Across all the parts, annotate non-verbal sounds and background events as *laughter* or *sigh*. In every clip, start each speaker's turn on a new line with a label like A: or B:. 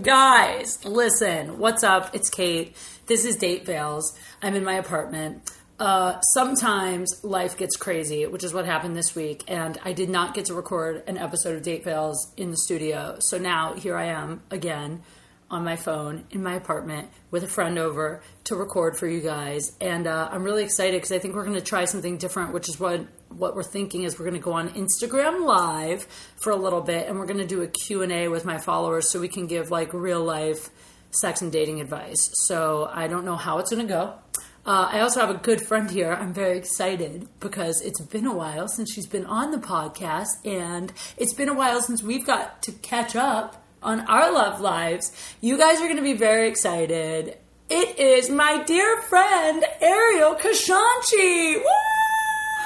A: Guys, listen, what's up? It's Kate. This is Date Fails. I'm in my apartment. Uh, sometimes life gets crazy, which is what happened this week, and I did not get to record an episode of Date Fails in the studio. So now here I am again on my phone in my apartment with a friend over to record for you guys. And uh, I'm really excited because I think we're going to try something different, which is what what we're thinking is we're going to go on Instagram live for a little bit and we're going to do a Q&A with my followers so we can give like real life sex and dating advice. So I don't know how it's going to go. Uh, I also have a good friend here. I'm very excited because it's been a while since she's been on the podcast, and it's been a while since we've got to catch up on our love lives. You guys are going to be very excited. It is my dear friend Ariel Kashanchi. Woo!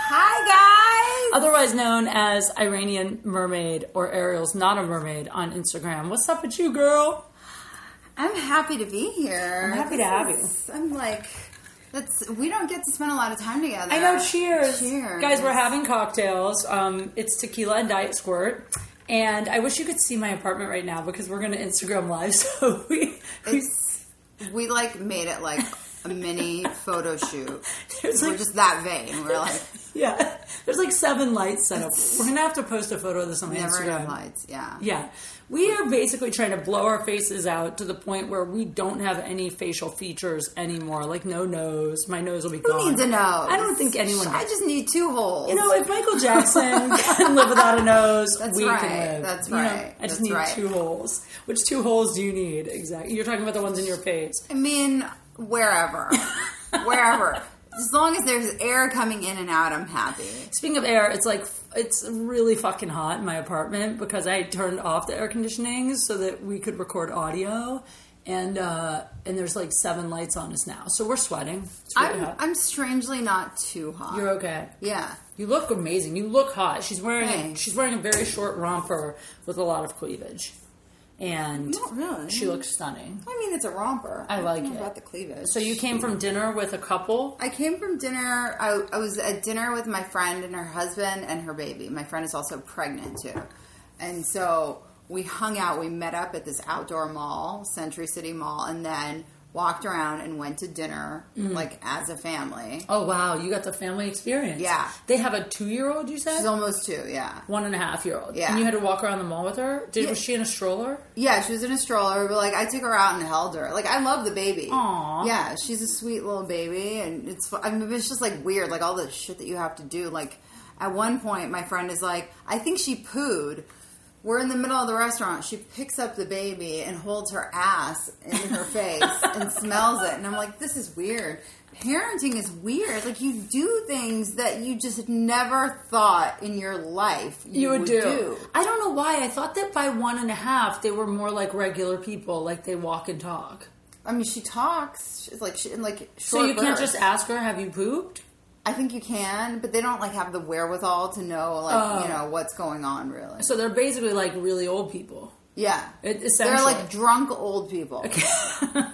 B: Hi guys.
A: Otherwise known as Iranian Mermaid or Ariel's Not a Mermaid on Instagram. What's up with you, girl?
B: I'm happy to be here.
A: I'm happy to have you.
B: This is- I'm like, that's we don't get to spend a lot of time together.
A: I know. Cheers,
B: Cheers.
A: guys. We're having cocktails. Um, it's tequila and diet squirt. And I wish you could see my apartment right now because we're going to Instagram live. *laughs* So we, we
B: It's- we like made it like
A: *laughs*
B: a mini photo shoot.
A: There's
B: we're
A: like-
B: just that vain.
A: *laughs*
B: We're like
A: yeah, there's like seven lights set up. We're going to have to post a photo of this on my
B: never
A: Instagram.
B: enough lights. Yeah.
A: Yeah. We are basically trying to blow our faces out to the point where we don't have any facial features anymore. Like no nose. My nose will be gone.
B: Who needs a nose?
A: I don't think anyone
B: I
A: does.
B: just need two holes.
A: You know, if Michael Jackson
B: *laughs*
A: can live without a nose,
B: That's
A: we
B: right.
A: can live.
B: That's
A: You know,
B: right.
A: I just
B: That's
A: need
B: right.
A: two holes. Which two holes do you need exactly? You're talking about the ones in your face.
B: I mean,
A: *laughs*
B: wherever, wherever. As long as there's air coming in and out, I'm happy.
A: Speaking of air, it's like it's really fucking hot in my apartment because I turned off the air conditioning so that we could record audio. And uh, and there's like seven lights on us now, so we're sweating. It's really
B: I'm
A: hot.
B: I'm strangely not too hot.
A: You're okay.
B: yeah.
A: You look amazing. You look hot. She's wearing
B: Thanks.
A: she's wearing a very short romper with a lot of cleavage, and
B: Not really.
A: she looks stunning.
B: I mean, it's a romper.
A: I like
B: don't know
A: it.
B: about the cleavage.
A: So you came from dinner with a couple.
B: I came from dinner. I, I was at dinner with my friend and her husband and her baby. My friend is also pregnant too, and so we hung out. We met up at this outdoor mall, Century City Mall, and then walked around and went to dinner
A: Mm.
B: like as a family.
A: Oh wow, you got the family experience.
B: Yeah.
A: they have a two-year-old. You said
B: She's almost two. Yeah,
A: one and a half-year-old.
B: Yeah.
A: and you had to walk around the mall with her. Did
B: Yeah.
A: was she in a stroller?
B: yeah. She was in a stroller, but like I took her out and held her. Like I love the baby.
A: Aw.
B: Yeah, she's a sweet little baby, and it's. fu- I mean, it's just like weird, like all the shit that you have to do. Like at one point, my friend is like, "I think she pooed." We're in the middle of the restaurant. She picks up the baby and holds her ass in *laughs* her face and smells it, and I'm like, "This is weird." Parenting is weird. Like you do things that you just never thought in your life you, would do.
A: I don't know why. I thought that by one and a half, they were more like regular people, like they walk and talk.
B: I mean, she talks. She's like, she, in like short
A: so you can't just
B: bursts.
A: ask her, "Have you pooped?"
B: I think you can, but they don't like have the wherewithal to know like you
A: Oh.
B: know what's going on really.
A: So they're basically like really old people.
B: Yeah,
A: It,
B: they're
A: essentially,
B: like drunk old people.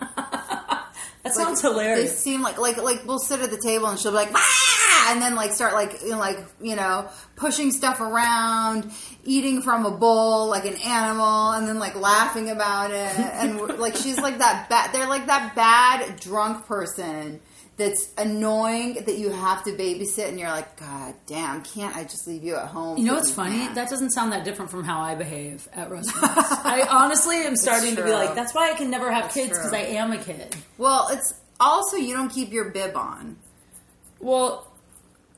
A: that
B: Like,
A: sounds
B: They
A: hilarious.
B: seem like like like we'll sit at the table and she'll be like ah! and then like start like you know, like you know pushing stuff around, eating from a bowl like an animal, and then like laughing about
A: *laughs*
B: it. And we're- like she's like that bad. They're like that bad drunk person. That's annoying that you have to babysit, and you're like, God damn, can't I just leave you at home?
A: You know
B: for
A: what's
B: these
A: funny?
B: naps?"
A: That doesn't sound that different from how I behave at restaurants. I honestly am starting to be
B: true.
A: like, that's why I can never have kids because
B: true.
A: I am a kid.
B: Well, it's also you don't keep your bib on.
A: Well,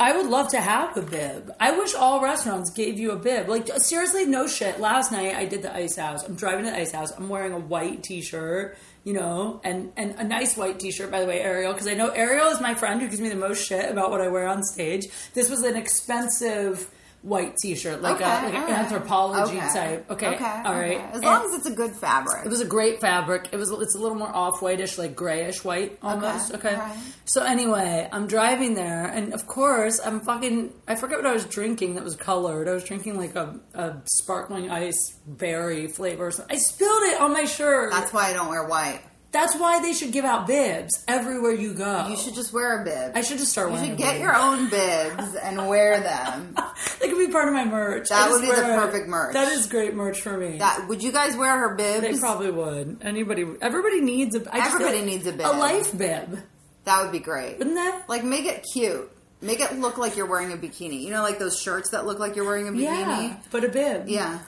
A: I would love to have a bib. I wish all restaurants gave you a bib. Like seriously, no shit. Last night I did the ice house. I'm driving to the ice house. I'm wearing a white t-shirt, you know, and and a nice white t-shirt by the way, Ariel, because I know Ariel is my friend who gives me the most shit about what I wear on stage. This was an expensive white t-shirt, like
B: Okay,
A: a like
B: all
A: an
B: right.
A: anthropology
B: Okay.
A: type. Okay, all right.
B: okay. As
A: And-
B: long as it's a good fabric.
A: it was a great fabric. It was it's a little more off whitish, like grayish white almost. Okay.
B: Okay, alright.
A: So anyway, I'm driving there, and of course I'm fucking. I forget what I was drinking that was colored. I was drinking like a, a sparkling ice berry flavor. or something. I spilled it on my shirt.
B: That's why I don't wear white.
A: That's why they should give out bibs everywhere you go.
B: You should just wear a bib.
A: I should just start
B: You
A: wearing.
B: should
A: a
B: get
A: bib.
B: your own bibs and wear them.
A: That could be part of my merch.
B: That
A: I
B: would
A: just
B: be the
A: wear-
B: perfect merch.
A: That is great merch for me.
B: That would you guys wear her
A: they
B: bibs?
A: probably would. Anybody, everybody needs a. I just feel
B: Everybody
A: like
B: needs a bib.
A: A life bib,
B: that would be great.
A: wouldn't that?
B: Like make it cute. Make it look like you're wearing a bikini. You know, like those shirts that look like you're wearing a
A: yeah,
B: bikini.
A: but a bib.
B: Yeah,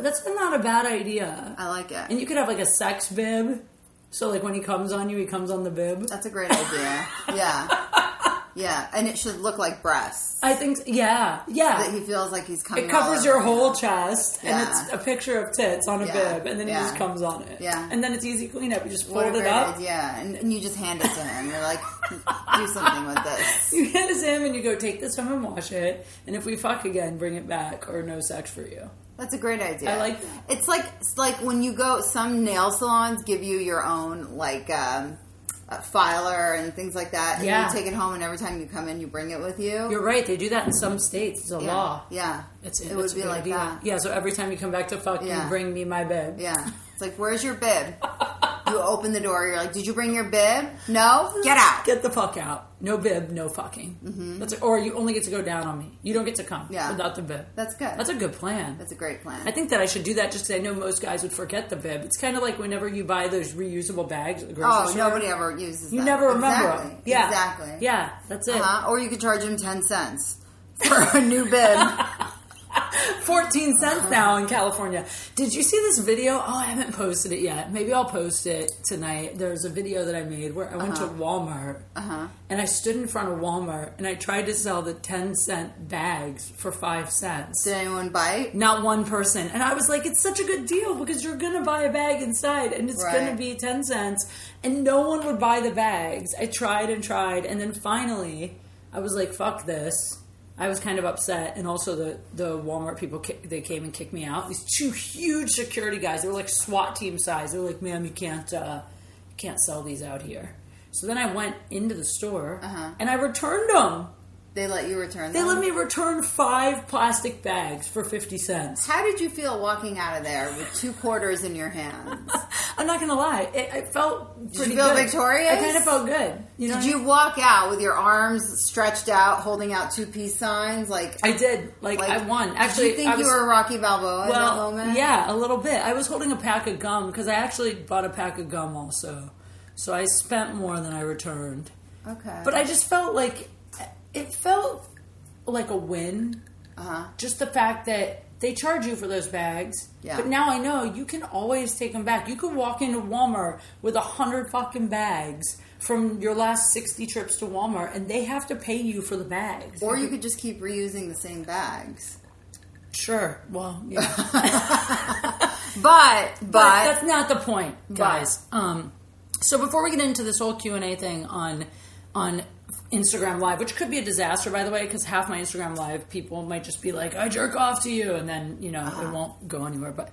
A: that's not a bad idea.
B: I like it.
A: And you could have like a sex bib. So like when he comes on you, he comes on the bib.
B: That's a great idea. yeah, yeah, and it should look like breasts.
A: I think yeah,
B: That
A: yeah.
B: he feels like he's coming.
A: It
B: all
A: covers
B: over
A: your
B: you.
A: whole chest, and
B: Yeah.
A: it's a picture of tits on a
B: Yeah,
A: bib, and then he
B: yeah.
A: just comes on it.
B: Yeah.
A: and then it's easy cleanup. You just
B: What a
A: fold it
B: great
A: up.
B: idea. and, and you just hand it to him. You're like, do something with
A: *laughs*
B: this.
A: You hand it to him, and you go take this home and wash it. And if we fuck again, bring it back, or no sex for you.
B: That's a great idea.
A: I like that.
B: It's like it's like when you go. Some nail salons give you your own like um, uh, filer and things like that. and
A: Yeah.
B: you take it home, and every time you come in, you bring it with you.
A: You're right. They do that in some states. It's a
B: yeah.
A: law.
B: Yeah,
A: It's,
B: it
A: it's
B: would
A: a
B: be
A: good
B: like
A: idea.
B: that.
A: *laughs* Yeah. So every time you come back to fuck,
B: Yeah.
A: you bring me my bib.
B: Yeah. It's like, where's your bib? You open the door. You're like, did you bring your bib? No. Get out.
A: Get the fuck out. No bib, no fucking. That's or you only get to go down on me. You don't get to come
B: Mm-hmm. Yeah.
A: without the bib.
B: That's good.
A: That's a good plan.
B: That's a great plan.
A: I think that I should do that just because I know most guys would forget the bib. It's kind of like whenever you buy those reusable bags at the grocery
B: oh,
A: store.
B: nobody ever uses.
A: You
B: that.
A: never remember
B: Exactly.
A: them. Yeah.
B: Exactly.
A: Yeah, that's it.
B: Uh-huh. Or you could charge him ten cents for a
A: *laughs*
B: new bib.
A: 14 cents now in California. Did you see this video? Oh, I haven't posted it yet. Maybe I'll post it tonight. There's a video that I made where I went to Walmart and I stood in front of Walmart and I tried to sell the 10 cent bags for 5 cents.
B: Did anyone bite?
A: Not one person. And I was like, it's such a good deal because you're going to buy a bag inside and it's
B: Right.
A: going to be 10 cents. And no one would buy the bags. I tried and tried. And then finally, I was like, fuck this. I was kind of upset. And also, the, the Walmart people, ki- they came and kicked me out. These two huge security guys, they were like SWAT team size. They were like, ma'am, you can't, uh, you can't sell these out here. So then I went into the store and I returned them.
B: They let you return
A: They
B: them.
A: let me return five plastic bags for 50 cents.
B: How did you feel walking out of there with two quarters in your hands?
A: I'm not gonna lie. It, I felt
B: you
A: pretty
B: feel
A: good.
B: victorious?
A: I kind of felt good. *laughs* You know,
B: Did
A: what I mean?
B: you walk out with your arms stretched out, holding out two peace signs? Like,
A: I did. Like,
B: like
A: I won.
B: did
A: Actually,
B: you think
A: I was,
B: you were Rocky
A: well,
B: Balboa in that moment?
A: yeah, a little bit. I was holding a pack of gum because I actually bought a pack of gum also. So I spent more than I returned,
B: Okay.
A: but I just felt like it felt like a win.
B: uh-huh.
A: Just the fact that they charge you for those bags.
B: Yeah.
A: But now I know you can always take them back. You could walk into Walmart with a hundred fucking bags from your last sixty trips to Walmart, and they have to pay you for the bags.
B: Or you could just keep reusing the same bags.
A: sure, well, yeah. *laughs*
B: But, but,
A: but that's not the point, guys. Um, so before we get into this whole Q and A thing on on Instagram Live, which could be a disaster, by the way, because half my Instagram Live people might just be like, "I jerk off to you," and then you know
B: Uh-huh.
A: it won't go anywhere. But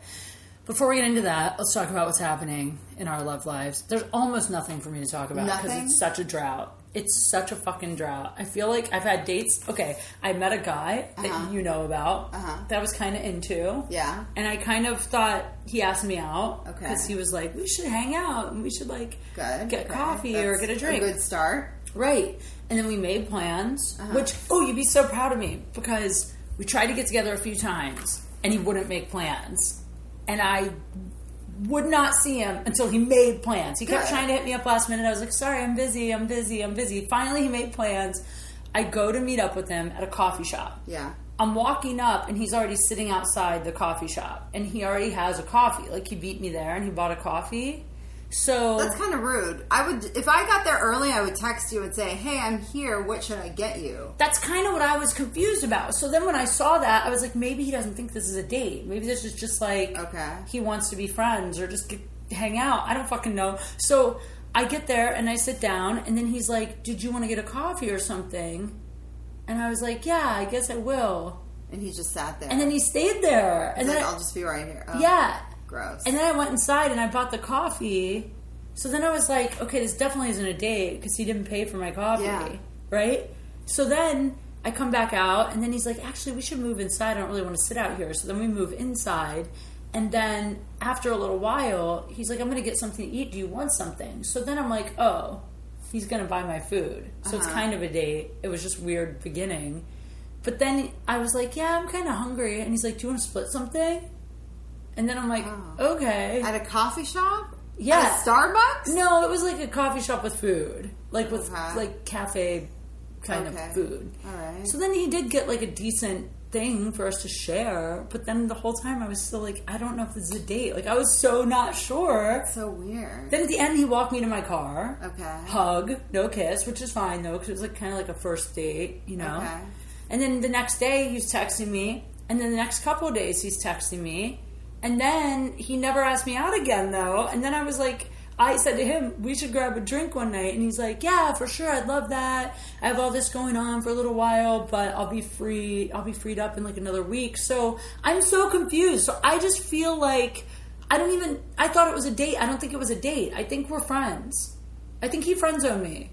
A: before we get into that, let's talk about what's happening in our love lives. There's almost nothing for me to talk about because
B: Nothing?
A: it's such a drought. It's such a fucking drought. I feel like I've had dates. Okay, I met a guy that you know about that I was kind of into.
B: Uh-huh. Yeah.
A: And I kind of thought he asked me out.
B: Okay.
A: Because he was like, we should hang out and we should like
B: good.
A: get
B: Okay.
A: coffee or
B: That's
A: get a drink.
B: good start.
A: Right. And then we made plans,
B: Uh-huh.
A: which, oh, you'd be so proud of me because we tried to get together a few times and he wouldn't make plans. And I would not see him until he made plans. He kept
B: Good.
A: trying to hit me up last minute. I was like, sorry, I'm busy, I'm busy, I'm busy. Finally, he made plans. I go to meet up with him at a coffee shop.
B: Yeah.
A: I'm walking up and he's already sitting outside the coffee shop and he already has a coffee. Like he beat me there and he bought a coffee. So
B: That's kind of rude. I would, if I got there early, I would text you and say, hey, I'm here. What should I get you?
A: that's kind of what I was confused about. So then when I saw that, I was like, maybe he doesn't think this is a date. Maybe this is just like
B: Okay.
A: he wants to be friends or just get, hang out. I don't fucking know. So I get there and I sit down and then he's like, "Did you want to get a coffee or something?" And I was like, "Yeah, I guess I will."
B: And he just sat there.
A: And then he stayed there. And
B: He's
A: then
B: like,
A: I-
B: I'll just be right here. Oh,
A: yeah.
B: Gross.
A: And then I went inside and I bought the coffee. So then I was like, okay, this definitely isn't a date because he didn't pay for my coffee,
B: Yeah.
A: right? So then I come back out and then he's like, actually, we should move inside. I don't really want to sit out here. So then we move inside And then after a little while, he's like, I'm going to get something to eat. Do you want something? So then I'm like, oh, he's going to buy my food. So it's kind of a date. It was just weird beginning. But then I was like, yeah, I'm kind of hungry. And he's like, do you want to split something? And then I'm like, okay.
B: At a coffee shop?
A: Yeah.
B: At a Starbucks?
A: No, it was like a coffee shop with food, like with
B: Okay.
A: like cafe kind
B: Uh-huh. Okay.
A: of food.
B: All right.
A: So then he did get like a decent thing for us to share, but then the whole time I was still like, I don't know if this is a date. Like I was so not sure.
B: So weird.
A: Then at the end, he walked me to my car.
B: Okay.
A: Hug, no kiss, which is fine though, because it was like kind of like a first date, you know.
B: Okay.
A: Oh. And then the next day, he's texting me, and then the next couple of days, he's texting me, and then he never asked me out again though. And then I was like. I said to him, "We should grab a drink one night," and he's like, "Yeah, for sure. I'd love that. I have all this going on for a little while, but I'll be free. I'll be freed up in like another week." So I'm so confused. So I just feel like I don't even. I thought it was a date. I don't think it was a date. I think we're friends. I think he friend zoned
B: *laughs*
A: me.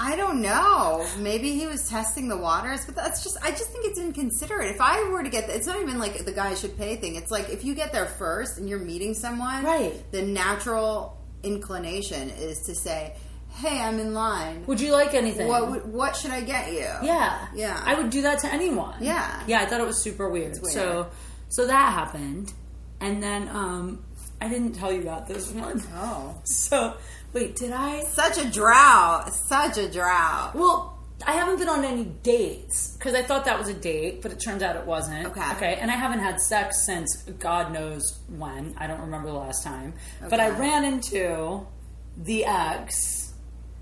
B: I don't know. Maybe he was testing the waters, but that's just, I just think it's inconsiderate. If I were to get, it's not even like the guy should pay thing. It's like if you get there first and you're meeting someone,
A: Right.
B: the natural inclination is to say, hey, I'm in line.
A: Would you like anything?
B: What, would- what should I get you?
A: yeah,
B: Yeah.
A: I would do that to anyone.
B: Yeah.
A: yeah. I thought it was super weird.
B: weird.
A: So, so that happened, and then um, I didn't tell you about this one.
B: Oh.
A: *laughs* So wait, did I?
B: Such a drought. Such a drought.
A: Well, I haven't been on any dates because I thought that was a date, but it turns out it wasn't.
B: Okay.
A: Okay. And I haven't had sex since God knows when. I don't remember the last time. But I
B: Okay.
A: ran into the ex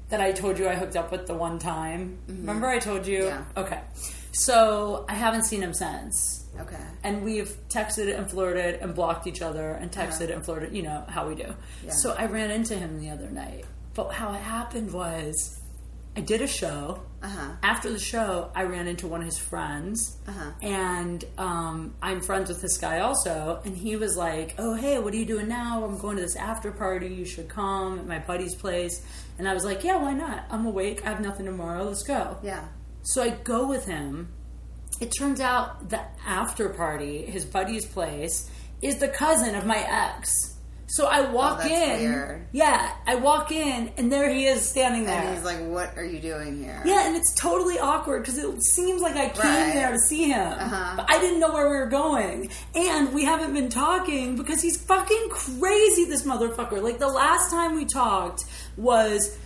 A: that I told you I hooked up with the one time. Remember I told you?
B: Yeah.
A: Okay. So I haven't seen him since.
B: Okay.
A: And we've texted and flirted and blocked each other and texted and flirted, you know, how we do.
B: Yeah.
A: So I ran into him the other night. But how it happened was I did a show.
B: Uh-huh.
A: After the show, I ran into one of his friends.
B: Uh-huh.
A: And um, I'm friends with this guy also. And he was like, Oh, hey, what are you doing now? I'm going to this after party. You should come at my buddy's place. And I was like, Yeah, why not? I'm awake. I have nothing tomorrow. Let's go.
B: Yeah.
A: So I go with him. It turns out the after party, his buddy's place, is the cousin of my ex. So I walk
B: Oh, that's
A: in.
B: weird.
A: Yeah, I walk in, and there he is standing there.
B: And he's like, what are you doing here?
A: yeah, and it's totally awkward because it seems like I came
B: Right. Uh-huh.
A: there to see him, but I didn't know where we were going, and we haven't been talking because he's fucking crazy. This motherfucker. Like the last time we talked was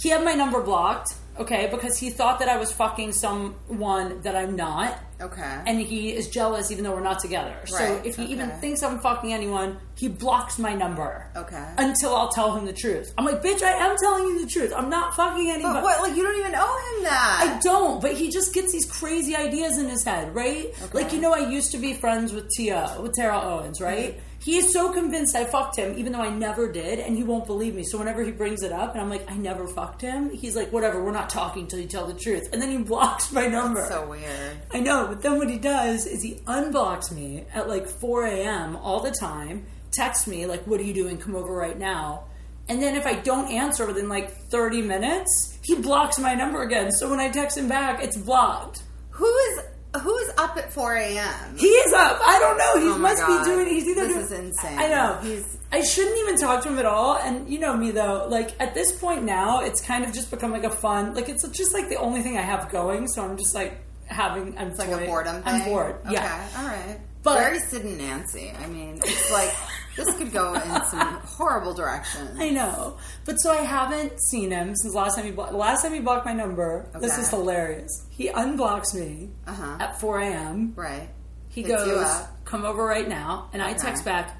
A: he had my number blocked, okay, because he thought that I was fucking someone that I'm not,
B: Okay.
A: and he is jealous even though we're not together. So
B: Right,
A: if he
B: okay.
A: even thinks I'm fucking anyone, he blocks my number.
B: Okay.
A: Until I'll tell him the truth. I'm like, bitch, I am telling you the truth. I'm not fucking anybody.
B: but what? Like, you don't even owe
A: I
B: him that.
A: don't, but he just gets these crazy ideas in his head, right? Like, you know, I used to be friends with T.O., with Terrell Owens, right? He is so convinced I fucked him, even though I never did, and he won't believe me. So whenever he brings it up and I'm like, I never fucked him, he's like, whatever, we're not talking till you tell the truth. And then he blocks my number.
B: so weird.
A: I know, but then what he does is he unblocks me at like 4 a.m. all the time, texts me, like, what are you doing? Come over right now. And then if I don't answer within like 30 minutes, he blocks my number again. So when I text him back, it's blocked.
B: Who is who is up at 4 a.m.?
A: He is up. I don't know. He
B: Oh my
A: must be
B: God.
A: doing. He's either
B: This
A: doing-
B: is insane.
A: I know.
B: He's-
A: I shouldn't even talk to him at all. And you know me though. Like at this point now, it's kind of just become like a fun. Like it's just like the only thing I have going. So I'm just like having. I'm
B: Like a boredom thing.
A: I'm bored.
B: Okay.
A: Yeah.
B: All right.
A: But-
B: Very Sid and Nancy. I mean, it's like this could go in some horrible directions.
A: I know, but so I haven't seen him since last time he blo- last time he blocked my number. This
B: Okay.
A: is hilarious. He unblocks me
B: Uh-huh.
A: at 4 a.m.
B: Right.
A: He
B: Hits you
A: goes,
B: up.
A: "Come over right now," and I
B: Okay.
A: text back,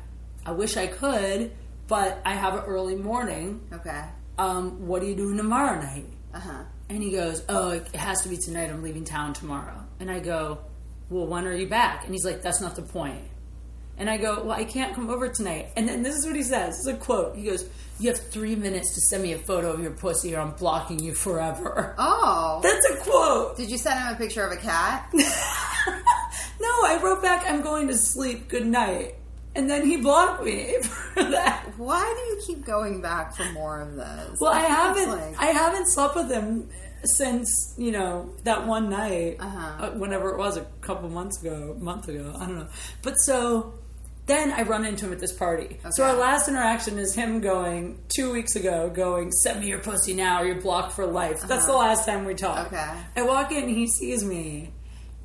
A: "I wish I could, but I have an early morning.
B: Okay.
A: Um, what are you doing tomorrow night?"
B: Uh huh.
A: And he goes, "Oh, it has to be tonight. I'm leaving town tomorrow." And I go, "Well, when are you back?" And he's like, "That's not the point." And I go, "Well, I can't come over tonight." And then this is what he says. It's a quote. He goes, "You have three minutes to send me a photo of your pussy, or I'm blocking you forever." *laughs*
B: Oh.
A: That's a quote.
B: Did you send him a picture of a cat? *laughs*
A: No, I wrote back, "I'm going to sleep. Good night." And then he blocked me *laughs* for that.
B: Why do you keep going back for more of those?
A: Well, I
B: It's
A: haven't.
B: like-
A: I haven't slept with him since you know that one night,
B: Uh-huh.
A: uh, whenever it was, a couple months ago, month ago. I don't know. But so Then I run into him at this party. So our last interaction is him going two weeks ago, going, "Send me your pussy now, or you're blocked for life." That's the last time we talk.
B: Uh-huh. Okay.
A: I walk in, he sees me.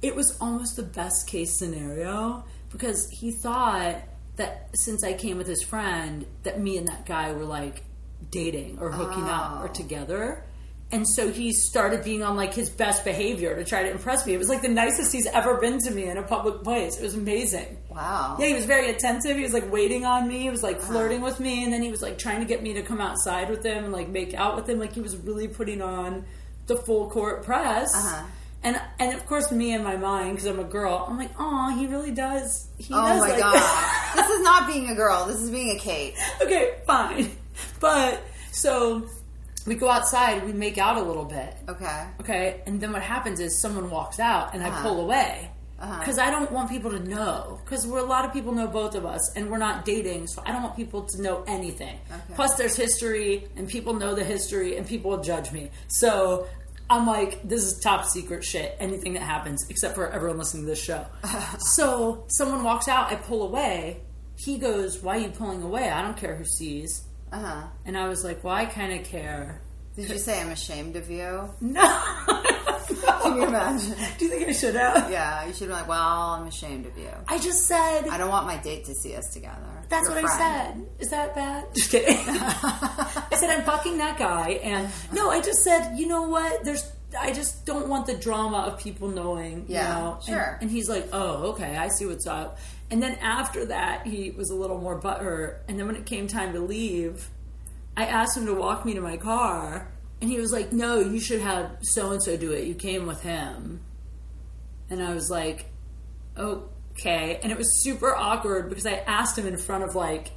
A: It was almost the best case scenario because he thought that since I came with his friend, that me and that guy were like dating or hooking up or together. And so he started being on like his best behavior to try to impress me. It was like the nicest he's ever been to me in a public place. It was amazing.
B: Wow.
A: Yeah, he was very attentive. He was like waiting on me. He was like flirting with me, and then he was like trying to get me to come outside with him and like make out with him. Like he was really putting on the full court press.
B: Uh-huh.
A: And and of course, me in my mind because I'm a girl. I'm like, oh, he really does. He
B: Oh
A: does
B: my
A: like
B: god. this is not being a girl. This is being a Kate.
A: *laughs* okay, fine. *laughs* But so we go outside. We make out a little bit.
B: Okay.
A: Okay, and then what happens is someone walks out and I pull away because I don't want people to know because we're a lot of people know both of us and we're not dating, so I don't want people to know anything. Plus, there's history and people know the history and people will judge me. So I'm like, this is top secret shit. Anything that happens, except for everyone listening to this show. so someone walks out, I pull away. He goes, "Why are you pulling away? I don't care who sees."
B: Uh huh.
A: And I was like, "Well, I kind of care."
B: Did you say I'm ashamed of you?
A: *laughs* No.
B: Can you imagine?
A: Do you think I should have?
B: Yeah, you should be like, well, I'm ashamed of you.
A: I just said.
B: I don't want my date to see us together.
A: that's
B: Your
A: what I
B: friend.
A: said. Is that bad? Just kidding. *laughs* I said I'm fucking that guy, and no, I just said you know what? There's. I just don't want the drama of people knowing. you
B: Yeah,
A: know? And-
B: sure.
A: And, he's like, oh, okay, I see what's up. And then after that, he was a little more butthurt. And then when it came time to leave, I asked him to walk me to my car, and he was like, no, you should have so and so do it. You came with him. And I was like, okay. And it was super awkward because I asked him in front of like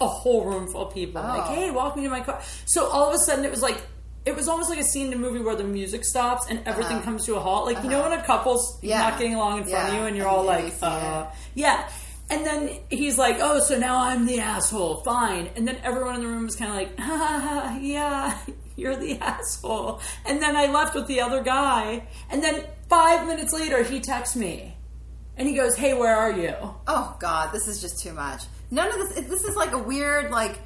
A: a whole room full of people, like,
B: Oh.
A: hey, walk me to my car. So all of a sudden it was like, it was almost like a scene in a movie where the music stops and everything comes to a halt. Like, you know, when a couple's
B: Yeah.
A: not getting along in front of
B: Yeah.
A: you and you're
B: And
A: all
B: you
A: like,
B: see
A: uh,
B: it.
A: yeah. And then he's like, oh, so now I'm the asshole. Fine. And then everyone in the room was kind of like, *laughs* ah, yeah, you're the asshole. And then I left with the other guy. And then five minutes later, he texts me. And he goes, hey, where are you?
B: Oh God, this is just too much. None of this. This is like a weird, like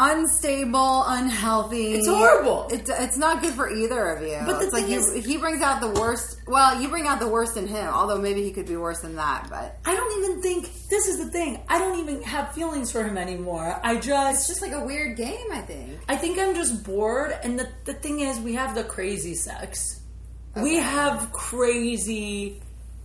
B: unstable, unhealthy.
A: It's horrible.
B: It's it's not good for either of you.
A: But the
B: it's like
A: thing
B: you,
A: is-
B: he brings out the worst. Well, you bring out the worst in him. Although maybe he could be worse than that. But
A: I don't even think, this is the thing, I don't even have feelings for him anymore. I just,
B: it's just like a weird game. I think.
A: I think I'm just bored. And the, the thing is, we have the crazy sex. We have crazy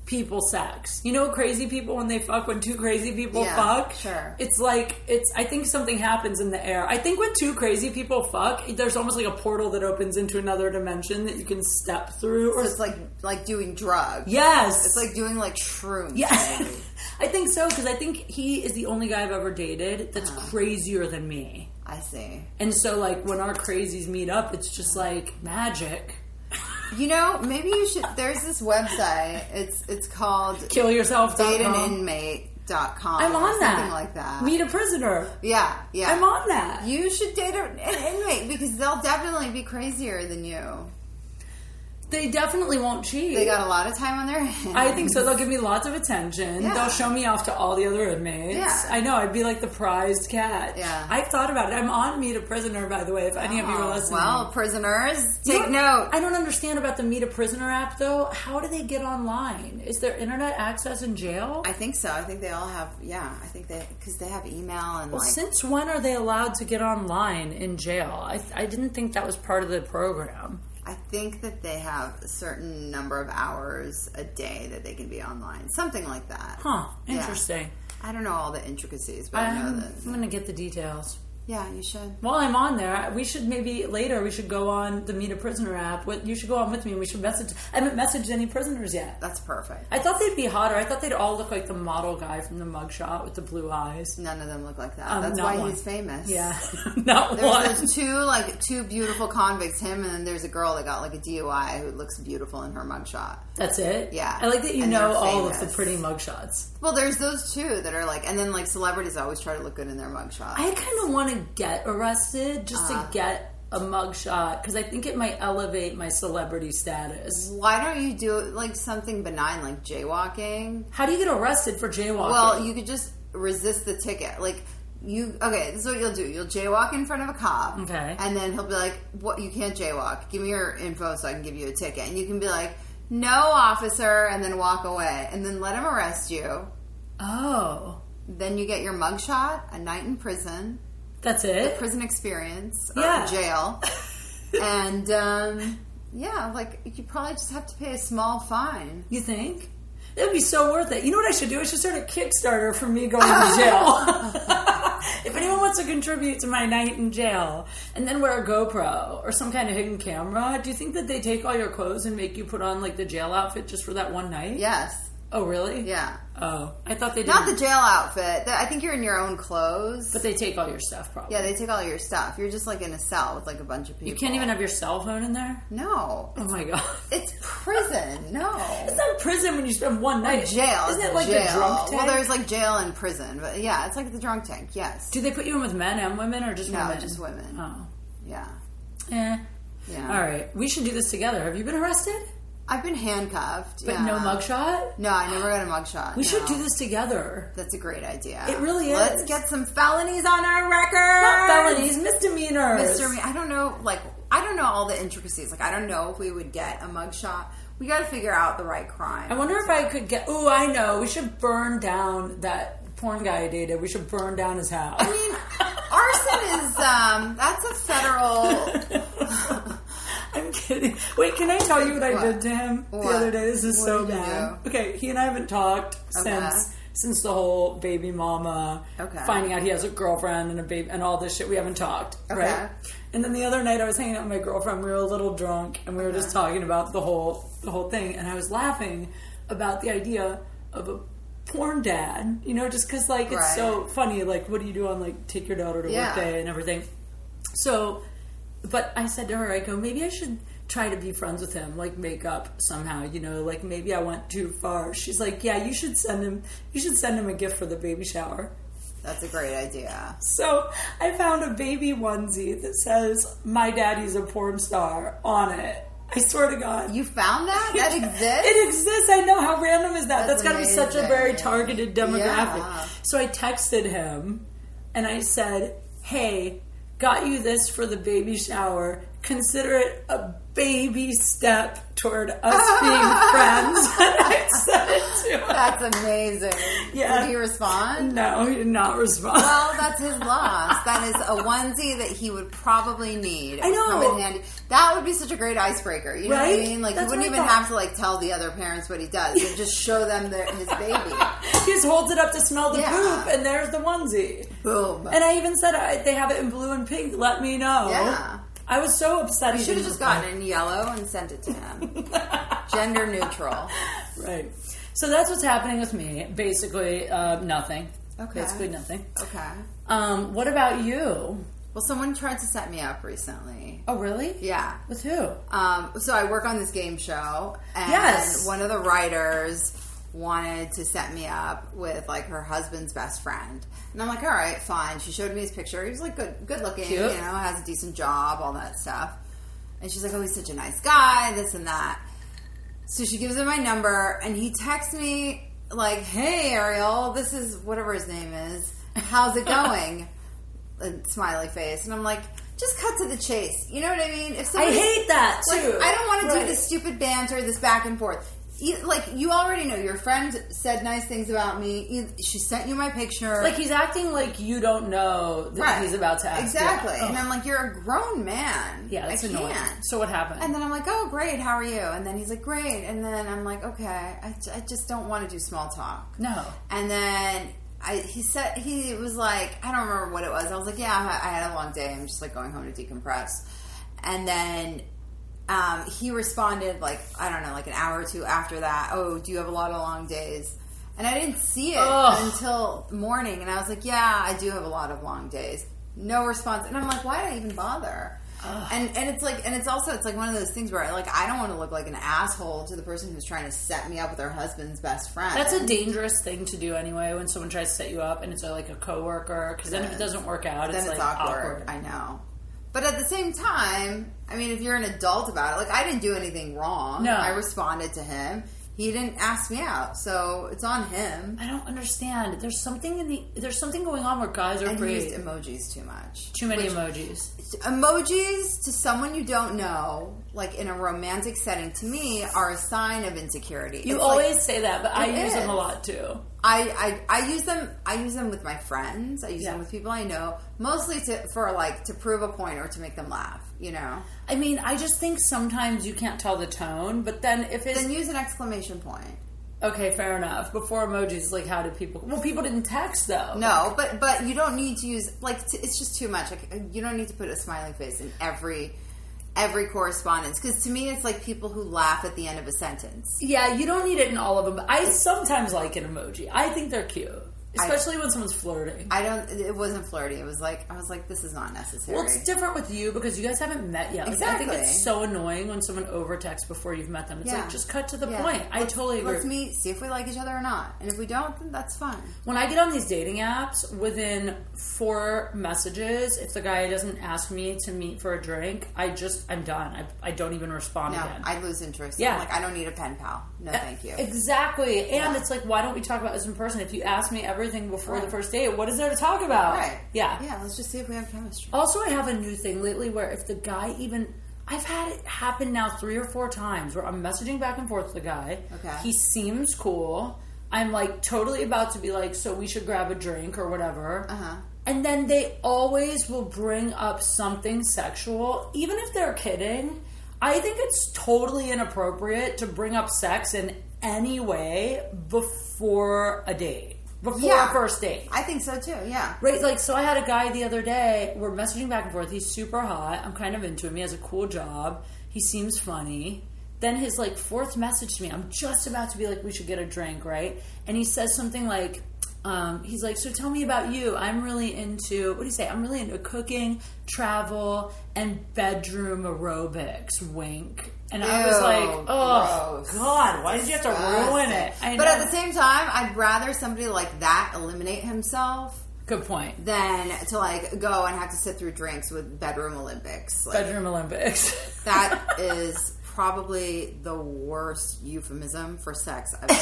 A: people sex. You know, crazy people when they fuck, when two crazy people
B: Yeah,
A: fuck?
B: sure.
A: It's like, it's, I think something happens in the air. I think when two crazy people fuck, there's almost like a portal that opens into another dimension that you can step through. Or,
B: It's like like doing drugs.
A: yes.
B: It's like doing like shrooms.
A: *laughs* Yeah, *laughs*
B: maybe.
A: I think so because I think he is the only guy I've ever dated that's
B: Uh-huh.
A: crazier than me.
B: I see.
A: And so, like, when our crazies meet up, it's just like magic.
B: You know, maybe you should. There's this website. It's it's called
A: Kill yourself.
B: dateaninmate.com.
A: I'm on
B: or
A: that.
B: Something like that.
A: Meet a prisoner.
B: yeah, yeah.
A: I'm on that.
B: You should date an an inmate because they'll definitely be crazier than you.
A: They definitely won't cheat.
B: They got a lot of time on their hands.
A: I think
B: *laughs*
A: so. They'll give me lots of attention.
B: Yeah.
A: They'll show me off to all the other inmates.
B: Yeah.
A: I know. I'd be like the prized cat.
B: Yeah.
A: I've thought about it. I'm on Meet a Prisoner, by the way, if any of you are
B: Oh,
A: listening.
B: well, prisoners,
A: You
B: take
A: know,
B: note.
A: I don't understand about the Meet a Prisoner app, though. How do they get online? Is there internet access in jail?
B: I think so. I think they all have. Yeah, I think they because they have email and like.
A: Since when are they allowed to get online in jail? I, I didn't think that was part of the program.
B: I think that they have a certain number of hours a day that they can be online, something like that.
A: Huh,
B: Yeah.
A: interesting.
B: I don't know all the intricacies, but I know
A: I'm,
B: that.
A: I'm going to get the details.
B: Yeah, you should.
A: While I'm on there, we should maybe later we should go on the Meet a Prisoner app. What you should go on with me. and We should message. I haven't messaged any prisoners yet.
B: That's perfect.
A: I thought they'd be hotter. I thought they'd all look like the model guy from the mugshot with the blue eyes.
B: None of them look like that.
A: Um,
B: That's
A: not
B: why
A: one.
B: he's famous.
A: Yeah, *laughs* not
B: There's
A: one.
B: those two like two beautiful convicts, him and then there's a girl that got like a DUI who looks beautiful in her mugshot.
A: That's it.
B: Yeah.
A: I like that you
B: And
A: know
B: they're
A: all of the
B: famous.
A: pretty mugshots.
B: Well, there's those two that are like, and then like celebrities always try to look good in their mugshot. Ah.
A: I kind of want to get arrested just to get a mugshot because I think it might elevate my celebrity status.
B: Why don't you do like something benign like jaywalking?
A: How do you get arrested for jaywalking?
B: Well, you could just resist the ticket. Like you okay, this is what you'll do. You'll jaywalk in front of a cop.
A: Okay.
B: And then he'll be like, What you can't jaywalk. Give me your info so I can give you a ticket. And you can be like, No officer and then walk away. And then let him arrest you.
A: oh,
B: Then you get your mugshot, a night in prison,
A: that's it.
B: prison experience, or
A: Yeah.
B: jail.
A: *laughs*
B: and um yeah, like you probably just have to pay a small fine.
A: You think? It'd be so worth it. You know what I should do? I should start a Kickstarter for me going to
B: *laughs*
A: jail. *laughs* if anyone wants to contribute to my night in jail and then wear a GoPro or some kind of hidden camera, do you think that they take all your clothes and make you put on like the jail outfit just for that one night?
B: Yes.
A: Oh, really?
B: Yeah.
A: Oh, I thought they did.
B: Not the jail outfit. I think you're in your own clothes.
A: but they take all your stuff probably.
B: Yeah, they take all your stuff. You're just like in a cell with like a bunch of people.
A: You can't even have your cell phone in there?
B: No,
A: Oh my god. *laughs*
B: it's prison. No,
A: It's not prison when you spend one night.
B: jail.
A: Isn't
B: It's
A: it like
B: jail.
A: the drunk tank?
B: Well, there's like jail and prison, but yeah, it's like the drunk tank. Yes.
A: Do they put you in with men and women or just
B: No,
A: women?
B: just women.
A: Oh.
B: yeah.
A: Eh.
B: Yeah.
A: All right. We should do this together. Have you been arrested?
B: I've been handcuffed.
A: But
B: yeah.
A: no mugshot?
B: No, I never got a mugshot.
A: We
B: no.
A: should do this together.
B: That's a great idea.
A: It really is.
B: Let's get some felonies on our record.
A: Not felonies, misdemeanors.
B: Mr. Me, I don't know, like, I don't know all the intricacies. Like, I don't know if we would get a mugshot. We got to figure out the right crime.
A: I wonder if I could get. Oh, I know. We should burn down that porn guy I dated. We should burn down his house.
B: I mean,
A: *laughs*
B: arson is, um, that's a federal.
A: *laughs* I'm kidding. Wait, can I tell you what I
B: What?
A: did to him the
B: What?
A: other day? This is
B: What
A: so
B: did you
A: bad.
B: do?
A: Okay, he and I haven't talked
B: Okay.
A: since since the whole baby mama
B: Okay.
A: finding out he has a girlfriend and a baby and all this shit. We haven't talked,
B: Okay.
A: right? And then the other night I was hanging out with my girlfriend. We were a little drunk and we were just talking about the whole the whole thing. And I was laughing about the idea of a porn dad. You know, just because like it's
B: Right.
A: so funny. Like, what do you do on like take your daughter to
B: Yeah.
A: work day and everything? So, but I said to her, I go, maybe I should try to be friends with him, like make up somehow, you know, like maybe I went too far. She's like, yeah, you should send him, you should send him a gift for the baby shower.
B: That's a great idea.
A: So I found a baby onesie that says "My daddy's a porn star" on it. I swear to God.
B: You found that? That
A: *laughs*
B: exists?
A: It exists. I know. How random is that?
B: That's
A: That's got to be such a
B: amazing.
A: very targeted demographic.
B: Yeah.
A: So I texted him and I said, Hey, got you this for the baby shower. Consider it a baby step toward us being
B: *laughs*
A: friends. *laughs* And I said it to him.
B: That's amazing.
A: Yeah.
B: Did he respond?
A: No, he did not respond.
B: Well, that's his loss. That is a onesie that he would probably need. It
A: I
B: would come in
A: know.
B: handy. That would be such a great icebreaker. You know what I
A: Right?
B: mean? Like
A: That's
B: you wouldn't
A: what I
B: even
A: thought.
B: have to like tell the other parents what he does. You'd just show them their,
A: *laughs*
B: his baby.
A: *laughs* he just holds it up to smell the
B: Yeah.
A: poop, and there's the onesie.
B: Boom.
A: And I even said, I, They have it in blue and pink. Let me know.
B: Yeah.
A: I was so upset.
B: You
A: he
B: should have
A: didn't
B: just
A: reply.
B: gotten it in yellow and sent it to
A: *laughs*
B: him. Gender neutral.
A: Right. So that's what's happening with me. Basically, uh, nothing.
B: Okay.
A: Basically, nothing.
B: Okay.
A: Um, what about you?
B: Well, someone tried to set me up recently.
A: Oh, really?
B: Yeah.
A: With who?
B: Um, so I work on this game show, and
A: Yes.
B: one of the writers wanted to set me up with like her husband's best friend, and I'm like, all right, fine. She showed me his picture. He was like good, good looking,
A: Cute.
B: you know, has a decent job, all that stuff. And she's like, oh, he's such a nice guy, this and that. So she gives him my number, and he texts me like, "Hey Ariel, this is whatever his name is. How's
A: *laughs*
B: it going?" and smiley face, and I'm like, "Just cut to the chase." You know what I mean? If
A: I
B: somebody-
A: hate that
B: like,
A: too.
B: I don't want to do
A: Right.
B: this stupid banter, this back and forth. You, like you already know, your friend said nice things about me. You, she sent you my picture.
A: Like he's acting like you don't know that
B: Right.
A: he's about to act.
B: exactly,
A: Yeah,
B: and
A: Ugh.
B: I'm like, you're a grown man.
A: yeah that's
B: I
A: annoying.
B: Can't.
A: So what happened?
B: And then I'm like, oh, great, how are you? And then he's like, great. And then I'm like, okay, I, I just don't want to do small talk.
A: no.
B: And then I, he said, he was like, I don't remember what it was. I was like, yeah, I I had a long day. I'm just like going home to decompress. And then um, he responded, like, I don't know, like an hour or two after that, oh, do you have a lot of long days? And I didn't see it
A: Ugh.
B: until morning. And I was like, yeah, I do have a lot of long days. No response. And I'm like, why did I even bother? And, and it's like and it's also it's like one of those things where like I don't want to look like an asshole to the person who's trying to set me up with her husband's best friend.
A: That's a dangerous thing to do anyway when someone tries to set you up and it's uh, like a coworker because then if it doesn't work out,
B: then
A: it's
B: it's
A: like
B: awkward. I know. But at the same time, I mean, if you're an adult about it, like I didn't do anything wrong.
A: No.
B: I responded to him. He didn't ask me out, so it's on him.
A: I don't understand. There's something in the there's something going on where guys are
B: And he
A: afraid.
B: used emojis too much.
A: Too many emojis.
B: Emojis to someone you don't know, like in a romantic setting, to me are a sign of insecurity.
A: You
B: It's like-
A: always say that, but I
B: It
A: use them a
B: is.
A: lot too.
B: I, I I use them I use them with my friends. I use
A: Yeah.
B: them with people I know, mostly to for like to prove a point or to make them laugh. You know,
A: I mean, I just think sometimes you can't tell the tone, but then if it's
B: then use an exclamation point.
A: okay, fair enough. Before emojis, like how did people? Well, people didn't text though.
B: No, but but you don't need to use like t- it's just too much. Like uh, you don't need to put a smiling face in every every correspondence because to me it's like people who laugh at the end of a sentence.
A: Yeah, you don't need it in all of them. But I sometimes like an emoji. I think they're cute, especially when someone's flirting.
B: I don't. It wasn't flirty. It was like I was like this is not necessary.
A: well, it's different with you because you guys haven't met yet. Like, I think
B: Exactly.
A: it's so annoying when someone over texts before you've met them. It's
B: Yeah.
A: like just cut to the
B: Yeah.
A: point. I
B: Let's-
A: totally agree.
B: Let's meet, see if we like each other or not, and if we don't, then that's fine.
A: when I get on these dating apps, within four messages, if the guy doesn't ask me to meet for a drink, I just I'm done. I, I don't even respond
B: No,
A: again.
B: I lose interest.
A: Oh, Yeah.
B: I'm like I don't need a pen pal. No, thank you.
A: Exactly. And it's like, why don't we talk about this in person? If you ask me everything before the first date, what is there to talk about?
B: Right.
A: Yeah. Oh.
B: Yeah. Let's just see if we have chemistry.
A: Also, I have a new thing lately where if the guy even. I've had it happen now three or four times where I'm messaging back and forth with the guy.
B: Okay.
A: He seems cool. I'm like totally about to be like, so we should grab a drink or whatever.
B: Uh-huh.
A: And then they always will bring up something sexual, even if they're kidding. I think it's totally inappropriate to bring up sex in any way before a date, before
B: Yeah.
A: a first date.
B: I think so too. Yeah.
A: Right, like so. I had a guy the other day. We're messaging back and forth. He's super hot. I'm kind of into him. He has a cool job. He seems funny. Then his like fourth message to me. I'm just about to be like, we should get a drink, right? And he says something like, um, he's like, so tell me about you. I'm really into what do you say? I'm really into cooking, travel, and bedroom aerobics. Wink. And I was
B: Ew,
A: like, oh
B: gross.
A: god, why did you have to ruin it? I know.
B: But at the same time, I'd rather somebody like that eliminate himself
A: good point.
B: than to like go and have to sit through drinks with bedroom Olympics. Like,
A: Bedroom *laughs* Olympics.
B: *laughs* that is probably the worst euphemism for sex I've ever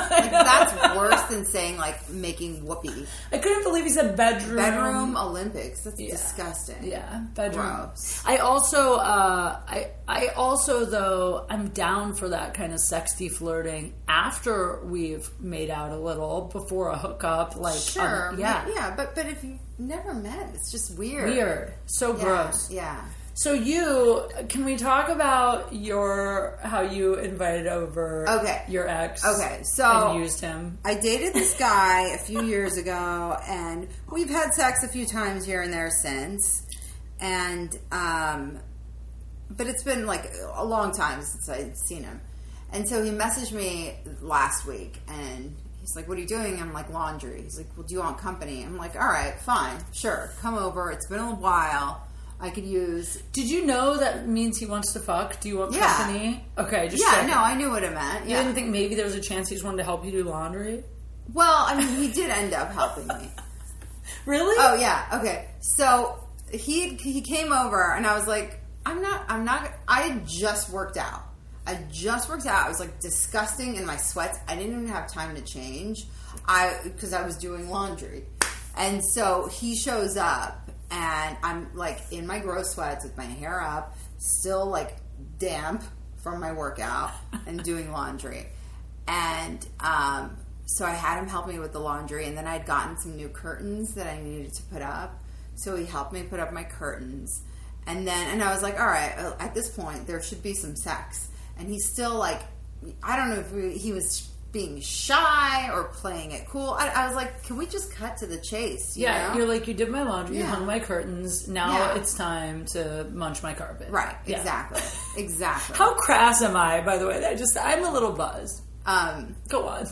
B: heard.
A: *laughs*
B: Like, that's worse than saying like making whoopee.
A: I couldn't believe he said bedroom.
B: Bedroom Olympics. That's disgusting.
A: Um, Yeah, bedroom.
B: Gross.
A: I also, uh, I, I also though, I'm down for that kind of sexy flirting after we've made out a little before a hookup. Like,
B: Sure.
A: um,
B: yeah.
A: yeah,
B: Yeah. But but if you never met, it's just weird.
A: weird, so
B: Yeah,
A: gross.
B: Yeah.
A: So you, can we talk about your how you invited over?
B: Okay.
A: your ex.
B: Okay, so-
A: and used him.
B: I dated this guy a few years ago, and we've had sex a few times here and there since. And, um, but it's been like a long time since I'd seen him. And so he messaged me last week, and he's like, What are you doing? I'm like, Laundry. He's like, Well, do you want company? I'm like, All right, fine, sure, come over. It's been a while. I could use.
A: Did you know that means he wants to fuck? Do you want
B: Yeah.
A: company? Okay, just
B: Yeah,
A: checking.
B: no, I knew what it meant.
A: You
B: yeah.
A: didn't think maybe there was a chance he just wanted to help you do laundry?
B: well, I mean, he did end up helping me.
A: Really?
B: Oh yeah. Okay. So he he came over and I was like, I'm not. I'm not. I had just worked out. I just worked out. I was like disgusting in my sweats. I didn't even have time to change. I because I was doing laundry, and so he shows up and I'm like in my gross sweats with my hair up, still like damp from my workout and doing laundry. And um, so I had him help me with the laundry, and then I'd gotten some new curtains that I needed to put up. So he helped me put up my curtains. And then, and I was like, all right, uh, at this point, there should be some sex. And he's still like, I don't know if we, he was being shy or playing it cool. I, I was like, can we just cut to the chase? You
A: Yeah,
B: know?
A: you're like you did my laundry, you
B: Oh, Yeah.
A: hung my curtains. Now
B: Yeah.
A: it's time to munch my carpet.
B: right,
A: Yeah.
B: exactly,
A: *laughs*
B: exactly.
A: How crass am I, by the way? I just I'm a little buzzed.
B: um,
A: Go on.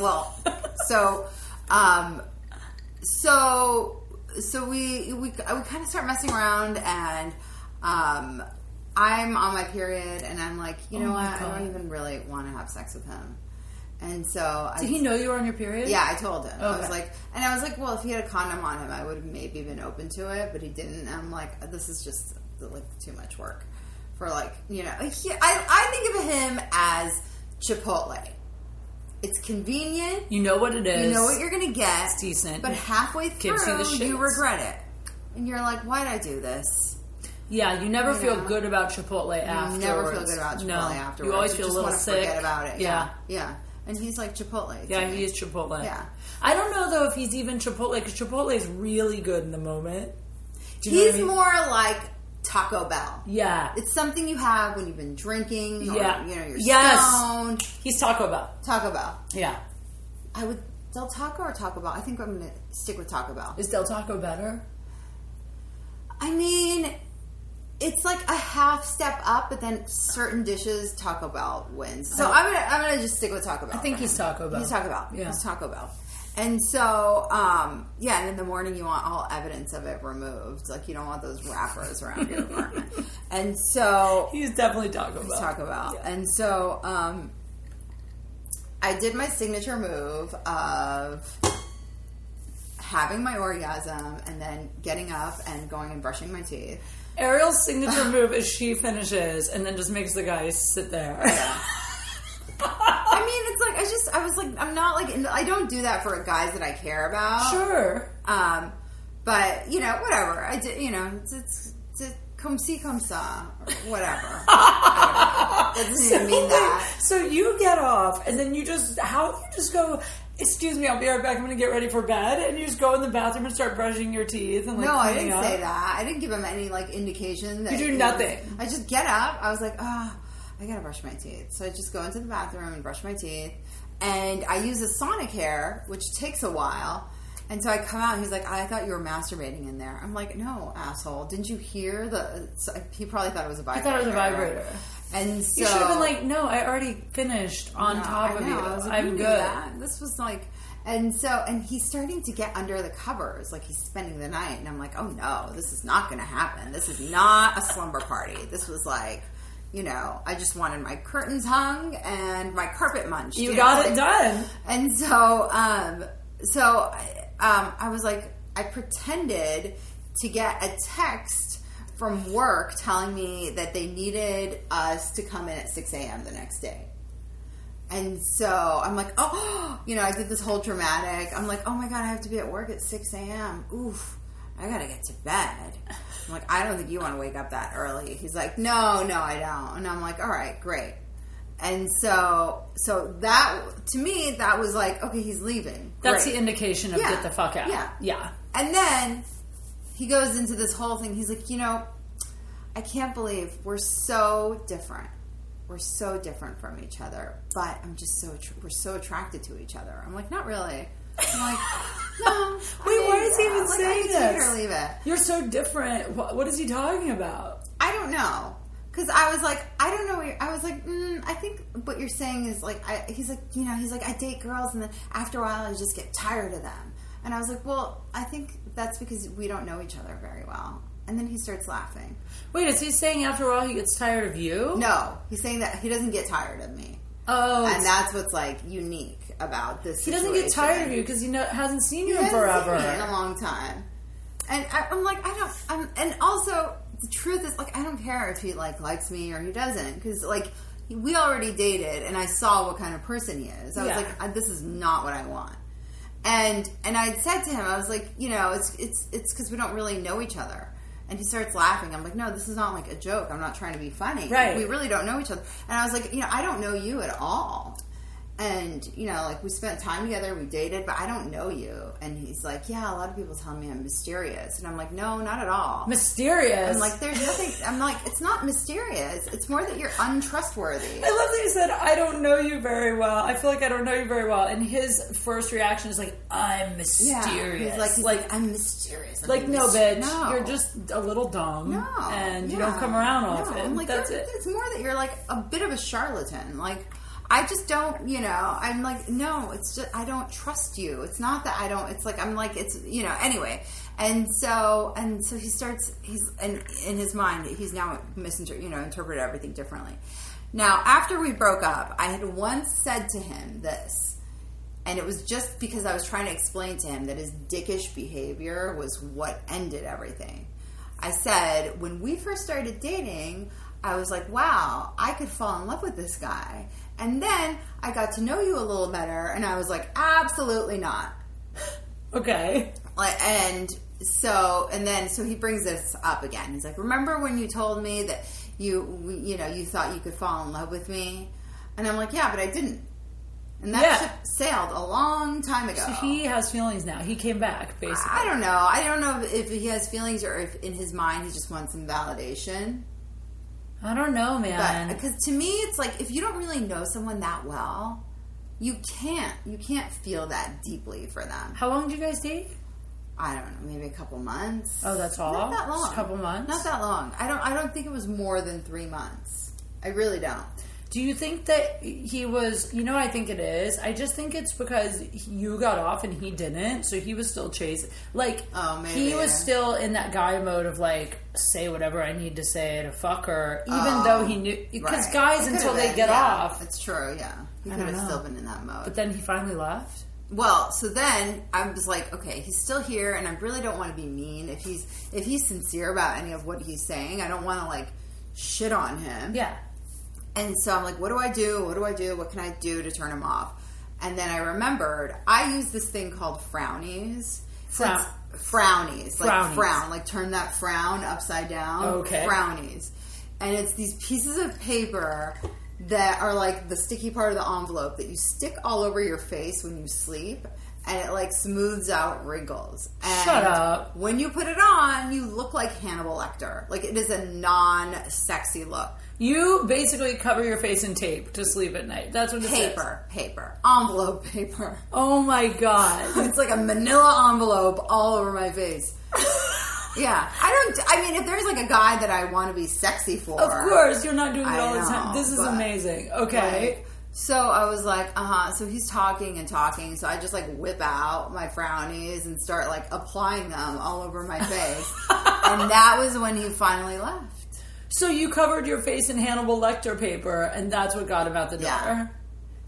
B: Well, so, um, so, so we we we kind of start messing around, and um, I'm on my period, and I'm like, you
A: Oh
B: know
A: my
B: what? I
A: God.
B: don't even really want to have sex with him. And so I
A: Did he know you were on your period?
B: Yeah, I told him. I was
A: Okay.
B: like, and I was like, well, if he had a condom on him, I would have maybe been open to it, but he didn't. And I'm like, this is just like too much work for like you know. He, I I think of him as Chipotle. It's convenient.
A: You know what it is.
B: You know what you're gonna get. It's
A: decent.
B: but halfway through,
A: Gives you the
B: you
A: shits.
B: regret it, and you're like, why did I do this?
A: Yeah, you never feel
B: know.
A: good about Chipotle afterwards.
B: Never feel good about Chipotle
A: no.
B: afterwards.
A: You always feel a
B: just
A: little
B: wanna
A: sick.
B: Forget about it.
A: Yeah.
B: yeah, Yeah. And he's like Chipotle. to
A: Yeah,
B: me.
A: he is Chipotle.
B: Yeah.
A: I don't know though if he's even Chipotle because Chipotle is really good in the moment. Do you know what
B: He's
A: I mean?
B: more like Taco Bell.
A: Yeah.
B: It's something you have when you've been drinking. Or,
A: Yeah.
B: You know, you're
A: Yes.
B: stoned.
A: He's Taco Bell.
B: Taco Bell.
A: Yeah.
B: I would Del Taco or Taco Bell. I think I'm gonna stick with Taco Bell.
A: Is Del Taco better?
B: I mean, it's like a half step up, but then certain dishes Taco Bell wins. So I'm gonna I'm gonna just stick with Taco Bell.
A: I think
B: for
A: he's
B: him.
A: Taco Bell.
B: He's Taco Bell.
A: Yeah.
B: He's Taco Bell. And so, um, yeah, and in the morning you want all evidence of it removed. Like you don't want those wrappers around
A: *laughs*
B: your apartment. And so
A: He's definitely Taco Bell.
B: talk about. And so um, I did my signature move of having my orgasm and then getting up and going and brushing my teeth.
A: Ariel's signature move is she finishes and then just makes the guy sit *laughs* there.
B: I mean, it's like I just I was like I'm not like in the, I don't do that for guys that I care about.
A: sure.
B: Um, but you know, whatever. I did. You know, it's it's, it's come see come saw or whatever. I don't know. That doesn't even mean that.
A: So you get off, and then you just how you just go. Excuse me, I'll be right back. I'm going to get ready for bed, and you just go in the bathroom and start brushing your teeth and like.
B: No, I
A: cleaning
B: didn't
A: up.
B: say that. I didn't give him any like indication. That
A: You do
B: he was-
A: nothing.
B: I just get up. I was like, ah, I gotta brush my teeth. So I just go into the bathroom and brush my teeth, and I use a sonic hair, which takes a while. And so I come out. and He's like, I thought you were masturbating in there. I'm like, no, asshole. Didn't you hear the? So he probably thought it was a vibrator.
A: thought it was a vibrator.
B: And so
A: You should have been like, no, I already finished on
B: no,
A: top
B: I
A: of
B: know.
A: you.
B: I was like,
A: I'm
B: "You knew
A: good.
B: that." This was like, and so, and he's starting to get under the covers, like he's spending the night, and I'm like, oh no, this is not going to happen. This is not a slumber party. This was like, you know, I just wanted my curtains hung and my carpet munched.
A: You
B: know,
A: got it
B: like-
A: done.
B: and so, um, so I- um, I was like, I pretended to get a text from work telling me that they needed us to come in at 6 a.m. the next day. And so I'm like, oh, *gasps* you know, I did this whole dramatic. I'm like, oh my God, I have to be at work at 6 a.m. Oof, I gotta get to bed. I'm like, I don't think you wanna wake up that early. He's like, no, no, I don't. And I'm like, all right, great. And so, so that, to me, that was like, okay, he's leaving.
A: That's
B: Great.
A: the indication of
B: Yeah.
A: get the fuck out.
B: Yeah.
A: Yeah.
B: And then he goes into this whole thing. He's like, you know, I can't believe we're so different. We're so different from each other, but I'm just so we're so attracted to each other. I'm like, not really.
A: *laughs*
B: I'm like, no.
A: Wait, why is he even
B: I'm like,
A: saying
B: I could take it
A: this?
B: or leave it.
A: You're so different. What, what is he talking about?
B: I don't know. Cause I was like, I don't know. What you're, I was like, mm, I think what you're saying is like, I, he's like, you know, he's like, I date girls, and then after a while, I just get tired of them. And I was like, well, I think that's because we don't know each other very well. And then he starts laughing.
A: Wait, is he saying after all he gets tired of you?
B: No, he's saying that he doesn't get tired of me,
A: Oh,
B: and that's what's like unique about this.
A: he doesn't get tired of you because he no, hasn't seen you in forever.
B: Seen me in a long time. And I, I'm like, I don't. I'm, and also, the truth is, like, I don't care if he like likes me or he doesn't, because like we already dated, and I saw what kind of person he is. I
A: Yeah.
B: was like, I, this is not what I want. And and I said to him, I was like, you know, it's it's it's because we don't really know each other. And he starts laughing. I'm like, no, this is not like a joke. I'm not trying to be funny.
A: Right.
B: We really don't know each other. And I was like, you know, I don't know you at all and you know like we spent time together we dated but i don't know you and he's like yeah a lot of people tell me i'm mysterious and i'm like no not at all
A: Mysterious.
B: i'm like there's nothing i'm like it's not mysterious it's more that you're untrustworthy
A: I love that you said, I don't know you very well. I feel like I don't know you very well. And his first reaction is like, I'm mysterious.
B: yeah he's like, he's like i'm mysterious I'm
A: like, no,
B: mys-
A: bitch.
B: no.
A: You're just a little dumb.
B: no
A: And you
B: yeah.
A: don't come around often.
B: no. I'm like,
A: That's
B: you're-
A: it.
B: it's more that you're like a bit of a charlatan like I just don't, you know. I'm like, no, it's just I don't trust you. It's not that I don't. It's like I'm like it's, you know. Anyway, and so and so he starts. He's and in his mind, he's now misinter, you know, interpreted everything differently. Now, after we broke up, I had once said to him this, and it was just because I was trying to explain to him that his dickish behavior was what ended everything. I said, when we first started dating, I was like, wow, I could fall in love with this guy. And then I got to know you a little better, and I was like, absolutely not.
A: *laughs* Okay.
B: Like, and so, and then, so he brings this up again. He's like, remember when you told me that you, you know, you thought you could fall in love with me? And I'm like, yeah, but I didn't. And that
A: Yeah.
B: ship sailed a long time ago.
A: So he has feelings now. He came back, basically.
B: I don't know. I don't know if he has feelings or if in his mind he just wants some validation.
A: I don't know,
B: But
A: man.
B: because to me, it's like if you don't really know someone that well, you can't you can't feel that deeply for them.
A: How long did you guys date?
B: I don't know, maybe a couple months.
A: Oh, that's all?
B: Not that long.
A: Just a couple months?
B: Not that long. I don't. I don't think it was more than three months. I really don't.
A: Do you think that he was, you know, what I think it is. I just think it's because you got off and he didn't, so he was still chasing. Like,
B: Oh, maybe,
A: he was
B: yeah.
A: still in that guy mode of like, say whatever I need to say to fuck her, even
B: Oh,
A: though he knew. Because
B: Right.
A: guys,
B: It
A: until
B: could've
A: they
B: been,
A: get
B: yeah.
A: off,
B: it's true. Yeah, he
A: I
B: could have
A: don't
B: still
A: know.
B: been in that mode.
A: but then he finally left.
B: Well, so then I was like, okay, he's still here, and I really don't want to be mean. If he's if he's sincere about any of what he's saying, I don't want to like shit on him.
A: Yeah.
B: And so I'm like, what do I do? What do I do? What can I do to turn him off? And then I remembered I use this thing called frownies. So
A: Frown-
B: it's frownies, like
A: Frownies.
B: frown, like turn that frown upside down.
A: Okay.
B: Frownies. And it's these pieces of paper that are like the sticky part of the envelope that you stick all over your face when you sleep and it like smooths out wrinkles. And
A: Shut up.
B: When you put it on, you look like Hannibal Lecter. Like it is a non sexy look.
A: You basically cover your face in tape to sleep at night. That's what it says.
B: paper, paper, envelope paper. *laughs*
A: Oh my god.
B: It's like a manila envelope all over
A: *laughs*
B: my face. yeah, I don't. I mean, if there's like a guy that I want to be sexy for,
A: Of course, you're not doing it
B: I
A: all the
B: know,
A: time. This is
B: but,
A: amazing. Okay.
B: like, so I was like, uh huh. So he's talking and talking. So I just like whip out my frownies and start like applying them all over
A: *laughs*
B: my face. and that was when he finally left.
A: So you covered your face in Hannibal Lecter paper, and that's what got him out the door.
B: Yeah.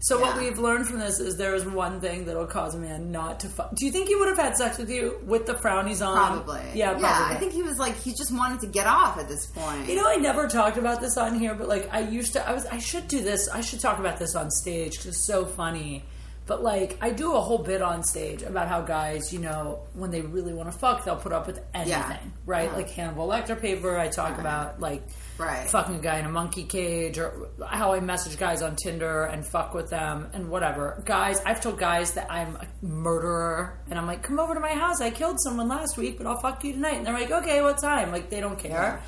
A: So what
B: Yeah.
A: we've learned from this is there is one thing that'll cause a man not to. Fu- Do you think he would have had sex with you with the frownies on?
B: Probably.
A: Um, Yeah, probably.
B: Yeah, I think he was like, he just wanted to get off at this point.
A: You know, I never talked about this on here, but like I used to, I was, I should do this. I should talk about this on stage because it's so funny. But like, I do a whole bit on stage about how guys, you know, when they really want to fuck, they'll put up with anything, right? Like Hannibal Lecter paper. I talk about like
B: Right.
A: fucking a guy in a monkey cage, or how I message guys on Tinder and fuck with them and whatever. Guys, I've told guys that I'm a murderer, and I'm like, come over to my house. I killed someone last week, but I'll fuck you tonight. And they're like, okay, what time? Like they don't care.
B: Yeah.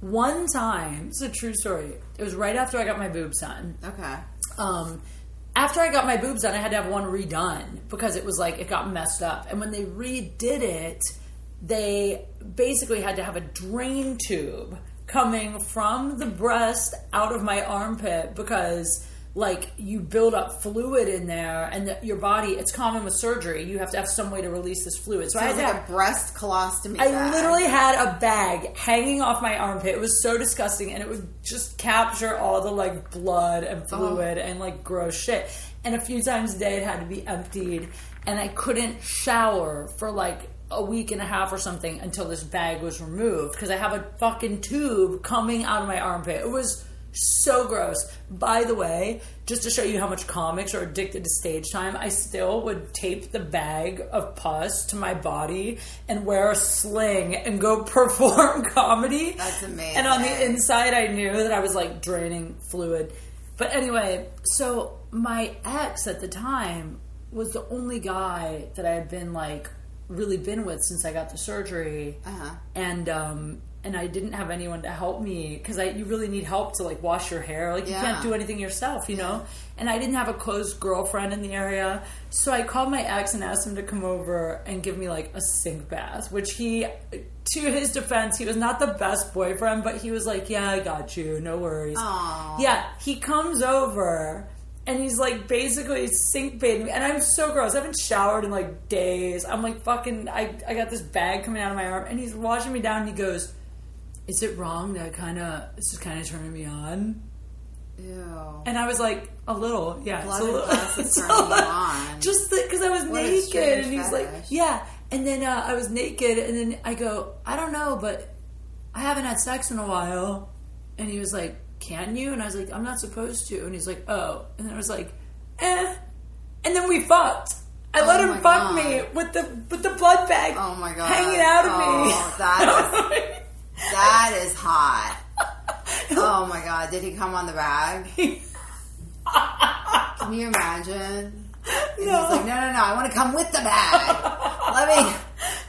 A: One time, it's a true story. It was right after I got my boobs done.
B: okay.
A: Um, after I got my boobs done, I had to have one redone because it was like it got messed up. And when they redid it, they basically had to have a drain tube coming from the breast out of my armpit because like you build up fluid in there and the, your body it's common with surgery you have to have some way to release this fluid so i had
B: It was
A: to
B: like
A: have
B: a breast colostomy.
A: I
B: bag.
A: literally had a bag hanging off my armpit. It was so disgusting, and it would just capture all the like blood and fluid and like gross shit. And a few times a day, it had to be emptied, and I couldn't shower for like a week and a half or something until this bag was removed because I have a fucking tube coming out of my armpit. It was so gross. By the way, just to show you how much comics are addicted to stage time, I still would tape the bag of pus to my body and wear a sling and go *laughs* perform comedy.
B: That's amazing.
A: And on the inside, I knew that I was like draining fluid. But anyway, so my ex at the time was the only guy that I had been like really been with since I got the surgery
B: Uh-huh.
A: and um and I didn't have anyone to help me because I you really need help to like wash your hair like you
B: Yeah.
A: can't do anything yourself you know and I didn't have a close girlfriend in the area so I called my ex and asked him to come over and give me like a sink bath which he to his defense he was not the best boyfriend but he was like yeah I got you no worries yeah he comes over. And he's like basically sink bathing me. And I'm so gross. I haven't showered in like days. I'm like fucking, I, I got this bag coming out of my arm. And he's washing me down and he goes, Is it wrong that kind of, this is kind of turning me on?
B: Ew.
A: And I was like, a little, yeah, it's a
B: Blood and
A: little.
B: pus
A: *laughs*
B: is
A: it's a
B: turning
A: little-
B: you on.
A: Just because I was
B: What a
A: naked,
B: strange
A: and he's like,
B: fetish.
A: yeah. And then uh, I was naked, and then I go, I don't know, but I haven't had sex in a while. And he was like, Can you? And I was like, I'm not supposed to. And he's like, Oh. And then I was like, Eh. And then we fucked. I let
B: Oh
A: him
B: my
A: fuck
B: God.
A: me with the with the blood bag.
B: Oh my God.
A: Hanging out of me.
B: Oh,
A: *laughs*
B: that That is hot. Oh my god, did he come on the bag? Can you imagine? And
A: No.
B: he's like, no, no, no, I want to come with the bag. Let me.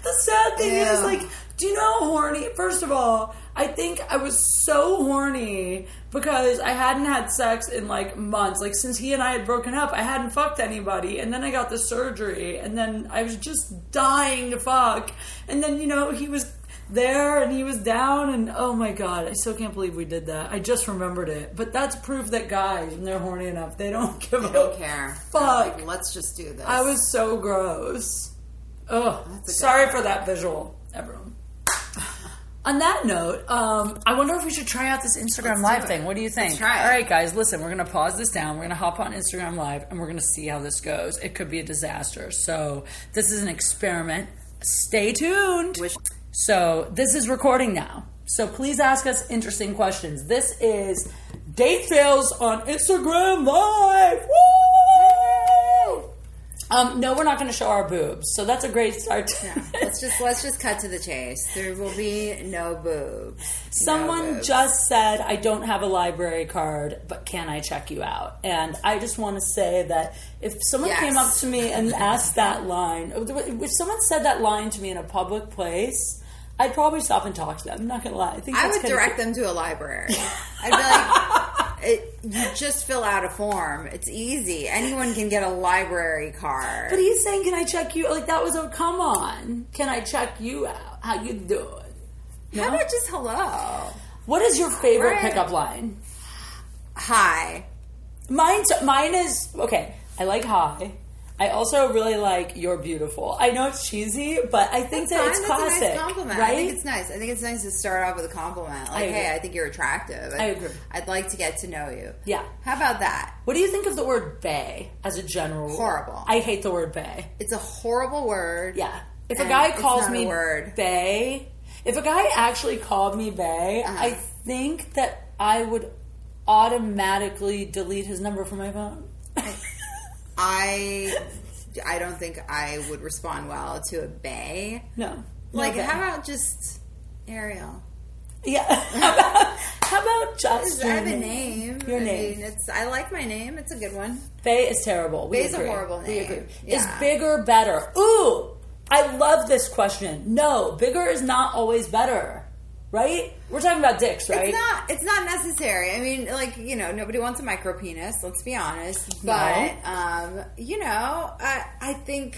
A: The sad thing is,
B: Ew.
A: like, do you know how horny? First of all, I think I was so horny because I hadn't had sex in like months. Like, since he and I had broken up, I hadn't fucked anybody. And then I got the surgery, and then I was just dying to fuck. And then, you know, he was there and he was down, and oh my God, I still can't believe we did that. I just remembered it. But that's proof that guys, when they're horny enough, they don't *laughs* give
B: I
A: a
B: don't care.
A: Fuck.
B: Like, Let's just do this.
A: I was so gross. Ugh.
B: That's a good
A: Sorry for that visual, everyone. On that note, um, I wonder if we should try out this Instagram Live
B: it.
A: thing. What do you think?
B: try it.
A: All right, guys, listen, we're going to pause this down. We're going to hop on Instagram Live and we're going to see how this goes. It could be a disaster. So, this is an experiment. Stay tuned.
B: Wish-
A: So this is recording now. So please ask us interesting questions. This is date fails on Instagram Live. Woo! Um, no, we're not going to show our boobs. So that's a great start. To
B: let's
A: *laughs*
B: just let's just cut to the chase. There will be no boobs.
A: Someone
B: No boobs.
A: just said, I don't have a library card, but can I check you out? And I just want to say that if someone
B: Yes.
A: came up to me and asked that line, if someone said that line to me in a public place, I'd probably stop and talk to them. I'm not going to lie. I think
B: I
A: that's
B: would
A: kinda-
B: direct them to
A: *laughs*
B: a library. I'd be like, it, you just fill out a form. It's easy. Anyone can get a library card.
A: But he's saying, "Can I check you?" Like that was a come on. Can I check you out? How you doing?
B: How
A: No?
B: about just hello?
A: What is your favorite
B: Right.
A: pickup line?
B: Hi.
A: Mine's mine is okay. I like hi. I also really like you're beautiful. I know it's cheesy, but I think that it's
B: Fine,
A: classic,
B: a nice compliment.
A: right?
B: I think it's nice. I think it's nice to start off with a compliment. Like,
A: agree.
B: hey, I think you're attractive. I,
A: agree.
B: I'd like to get to know you.
A: Yeah.
B: How about that?
A: what do you think of the word "bay" as a general? rule?
B: Horrible.
A: I hate the word "bay."
B: It's a horrible word.
A: Yeah. If a
B: And
A: guy
B: it's
A: calls
B: not a
A: me
B: word.
A: Bay, if a guy actually called me Bay,
B: Uh-huh.
A: I think that I would automatically delete his number from my phone. *laughs*
B: I I don't think I would respond well to a bay.
A: no.
B: Like,
A: no Bay.
B: how about just Ariel?
A: *laughs* Yeah. how
B: *laughs*
A: about, how about just
B: I
A: your
B: have a
A: name?
B: name.
A: Your
B: I
A: name.
B: Mean, it's I like my name. It's a good one.
A: Bay is terrible. We
B: Bay's a
A: agree.
B: horrible
A: We
B: name.
A: agree.
B: Yeah.
A: Is bigger better? Ooh, I love this question. No, bigger is not always better, right? We're talking about dicks, right?
B: It's not. It's not necessary. I mean, like you know, nobody wants a micro penis. Let's be honest.
A: No.
B: But um, you know, I I think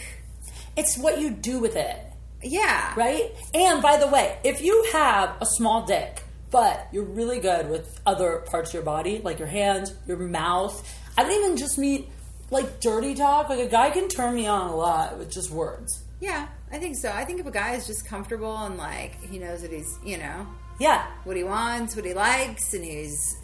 A: it's what you do with it.
B: yeah.
A: right? And by the way, if you have a small dick, but you're really good with other parts of your body, like your hands, your mouth, I don't even just mean like dirty talk. Like a guy can turn me on a lot with just words.
B: Yeah, I think so. I think if a guy is just comfortable and like he knows what he's you know
A: Yeah.
B: what he wants, what he likes, and he's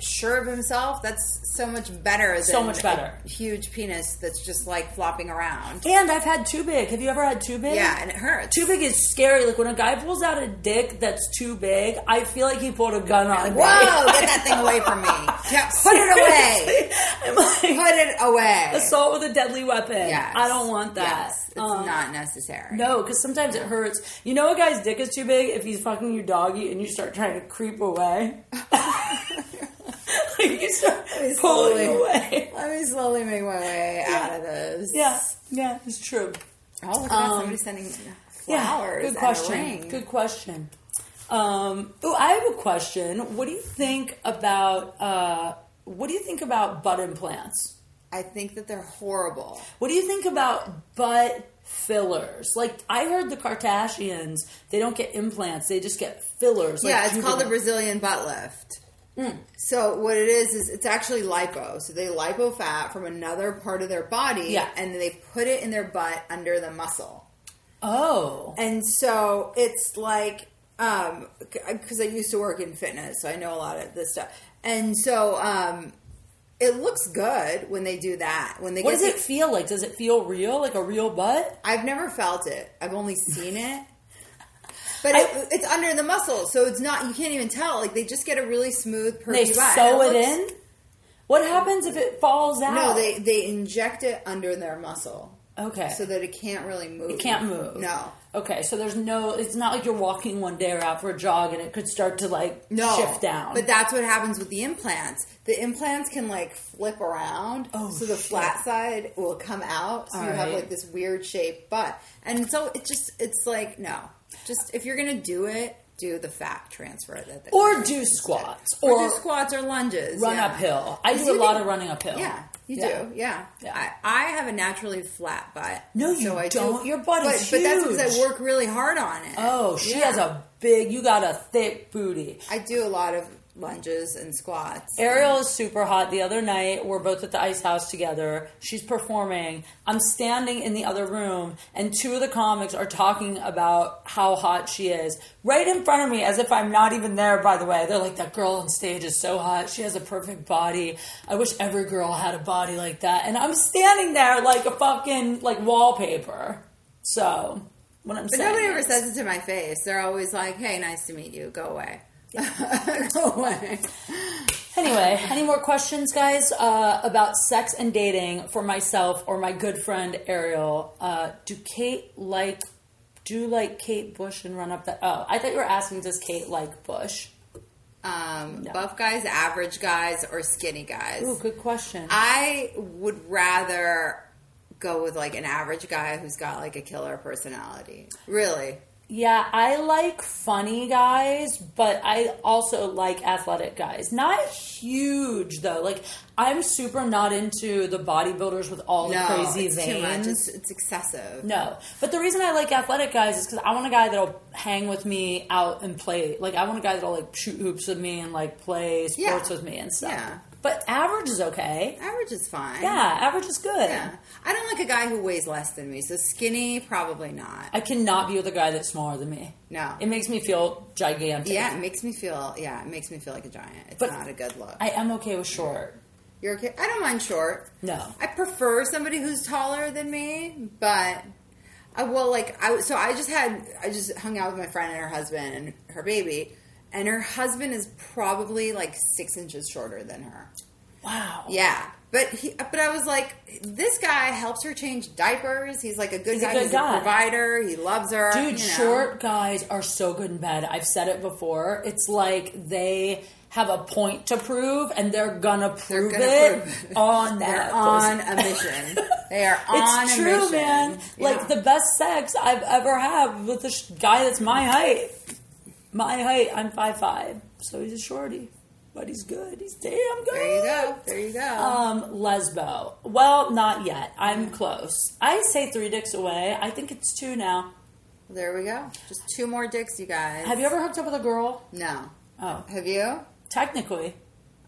B: sure of himself, that's so much better. Than
A: So much better.
B: A huge penis that's just like flopping around.
A: And I've had too big. Have you ever had too big?
B: Yeah, and it hurts.
A: Too big is scary. Like when a guy pulls out a dick that's too big, I feel like he pulled a gun on me. *laughs*
B: Whoa, get that thing away from me. Yeah, put it away.
A: I'm like,
B: Put it away.
A: assault with a deadly weapon.
B: Yes.
A: I don't want that.
B: Yes, it's
A: Um,
B: not necessary.
A: No, because sometimes it hurts. You know, a guy's dick is too big if he's fucking your doggy and you start trying to creep away. *laughs* like you start
B: It's
A: pulling
B: slowly-
A: away.
B: Let me slowly make my way out of this.
A: Yeah, yeah, it's true.
B: Oh, look at that. Somebody's sending flowers.
A: yeah,
B: and
A: good
B: a
A: question.
B: ring.
A: Good question. Um, oh, I have a question. What do you think about uh, what do you think about butt implants?
B: I think that they're horrible.
A: What do you think about butt fillers? Like I heard the Kardashians, they don't get implants; they just get fillers. like Mm.
B: yeah, it's called the
A: juvenile-
B: Brazilian butt lift. So what it is is it's actually lipo. So they lipo fat from another part of their body,
A: Yeah.
B: and they put it in their butt under the muscle.
A: Oh,
B: And uh, so it's like, um, because I used to work in fitness, so I know a lot of this stuff. And so um, it looks good when they do that. When they
A: What
B: get
A: does
B: to-
A: it feel like? Does it feel real? Like a real butt?
B: I've never felt it. I've only seen it. But it, it's under the muscle, so it's not. You can't even tell. Like they just get a really smooth, perky
A: They
B: butt.
A: sew it,
B: looks-
A: in? Oh. What happens if it falls out?
B: No, they they inject it under their muscle
A: Okay.
B: so that it can't really move.
A: It can't move.
B: No,
A: Okay, so there's no. It's not like you're walking one day or out for a jog and it could start to like
B: no.
A: shift down.
B: But that's what happens with the implants. The implants can like flip around,
A: Oh,
B: so the
A: shit.
B: flat side will come out. So
A: All
B: you have
A: right.
B: like this weird shaped butt, and so it just it's like no. Just if you're gonna do it, do the fat transfer that. They
A: or do squats
B: or,
A: or
B: do squats or lunges.
A: run
B: yeah.
A: uphill. I
B: Because
A: do a
B: you
A: lot
B: do-
A: of running uphill.
B: Yeah, you do. Yeah,
A: Yeah.
B: I, I have a naturally flat butt.
A: No, you
B: so I
A: don't.
B: Do,
A: Your butt
B: but,
A: is
B: But that's because I
A: huge.
B: work really hard on it.
A: Oh, she
B: Yeah.
A: has a big. You got a thick booty.
B: I do a lot of lunges and squats.
A: Ariel is super hot. The other night, we're both at the Ice House together. She's performing. I'm standing in the other room, and two of the comics are talking about how hot she is right in front of me, as if I'm not even there, by the way. They're like, That girl on stage is so hot. She has a perfect body. I wish every girl had a body like that. And I'm standing there like a fucking like wallpaper. So, what I'm
B: but
A: saying.
B: nobody ever
A: is-
B: says it to my face. They're always like, "Hey, nice to meet you. Go away.
A: *laughs*
B: Go away."
A: Anyway, *laughs* any more questions, guys, uh, about sex and dating for myself or my good friend Ariel? Uh, do Kate like do like Kate Bush and run up the? Oh, I thought you were asking does Kate like Bush?
B: Um, Buff guys, average guys, or skinny guys.
A: Ooh, good question.
B: I would rather go with like an average guy who's got like a killer personality. Really.
A: Yeah, I like funny guys, but I also like athletic guys. Not huge though. Like I'm super not into the bodybuilders with all the
B: No,
A: crazy
B: it's too much.
A: veins.
B: It's, it's excessive.
A: No, but the reason I like athletic guys is because I want a guy that'll hang with me out and play. Like I want a guy that'll like shoot hoops with me and like play sports
B: Yeah.
A: with me and stuff.
B: Yeah.
A: But average is okay.
B: Average is fine.
A: Yeah, average is good.
B: Yeah. I don't like a guy who weighs less than me, so skinny, probably not.
A: I cannot be with a guy that's smaller than me.
B: No.
A: It makes me feel gigantic.
B: Yeah, it makes me feel, yeah, it makes me feel like a giant. It's
A: But
B: not a good look.
A: I am okay with short.
B: You're okay? I don't mind short.
A: No.
B: I prefer somebody who's taller than me, but I will like I so I just had I just hung out with my friend and her husband and her baby, and her husband is probably like six inches shorter than her.
A: Wow.
B: Yeah. But he, but I was like, this guy helps her change diapers. He's like a good
A: a
B: guy.
A: good
B: He's
A: guy.
B: a provider. He loves her.
A: Dude,
B: you know.
A: short guys are so good in bed. I've said it before. It's like they have a point to prove and they're gonna prove
B: gonna
A: it
B: prove it.
A: on that.
B: *laughs* They're
A: person.
B: on a mission. They are on
A: It's
B: a
A: true,
B: mission.
A: man. Like
B: Yeah.
A: the best sex I've ever had with a sh- guy that's my height. My height. I'm five five, so he's a shorty, but he's good. He's damn good.
B: There you go. There you go.
A: Um, lesbo. Well, not yet. I'm close. I say three dicks away. I think it's two now.
B: there we go. Just two more dicks, you guys.
A: Have you ever hooked up with a girl?
B: No.
A: Oh,
B: Have you?
A: technically,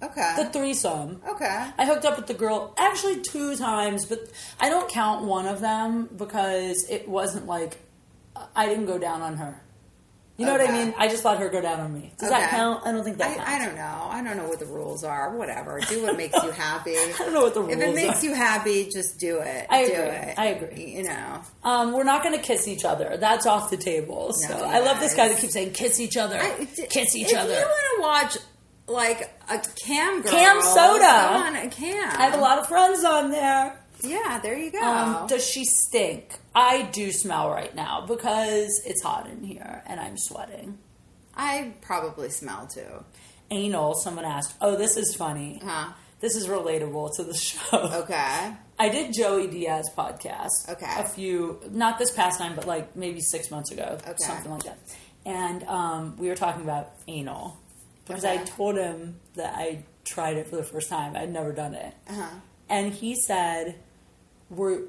B: Okay.
A: the threesome.
B: okay.
A: I hooked up with the girl actually two times, but I don't count one of them because it wasn't like I didn't go down on her. You know what
B: Okay.
A: I mean? I just let her go down on me. Does that
B: Okay.
A: count? I don't think that counts.
B: I, I don't know. I don't know what the rules are. Whatever. Do what makes
A: *laughs*
B: you happy. I
A: don't know what the
B: If it
A: rules
B: makes
A: are.
B: you happy, just do it.
A: I
B: do
A: agree.
B: it.
A: I agree.
B: You know.
A: um, we're not going to kiss each other. That's off the table. So
B: No,
A: I love this guy that
B: guys.
A: keeps saying kiss each other,
B: I-
A: Uh, kiss each
B: if
A: other.
B: If you want to watch like a cam girl,
A: Cam soda.
B: go on a cam.
A: I have a lot of friends on there.
B: Yeah, there you go.
A: Um, does she stink? I do smell right now because it's hot in here and I'm sweating.
B: I probably smell too.
A: Anal. Someone asked. Oh, this is funny.
B: Huh.
A: This is relatable to the *laughs* show.
B: Uh-huh. Okay.
A: I did Joey Diaz podcast.
B: Okay.
A: A few, not this past time, but like maybe six months ago,
B: Okay.
A: something like that. And um, we were talking about anal because I
B: Okay.
A: told him that I tried it for the first time. I'd never done it,
B: Uh-huh.
A: and he said, "Were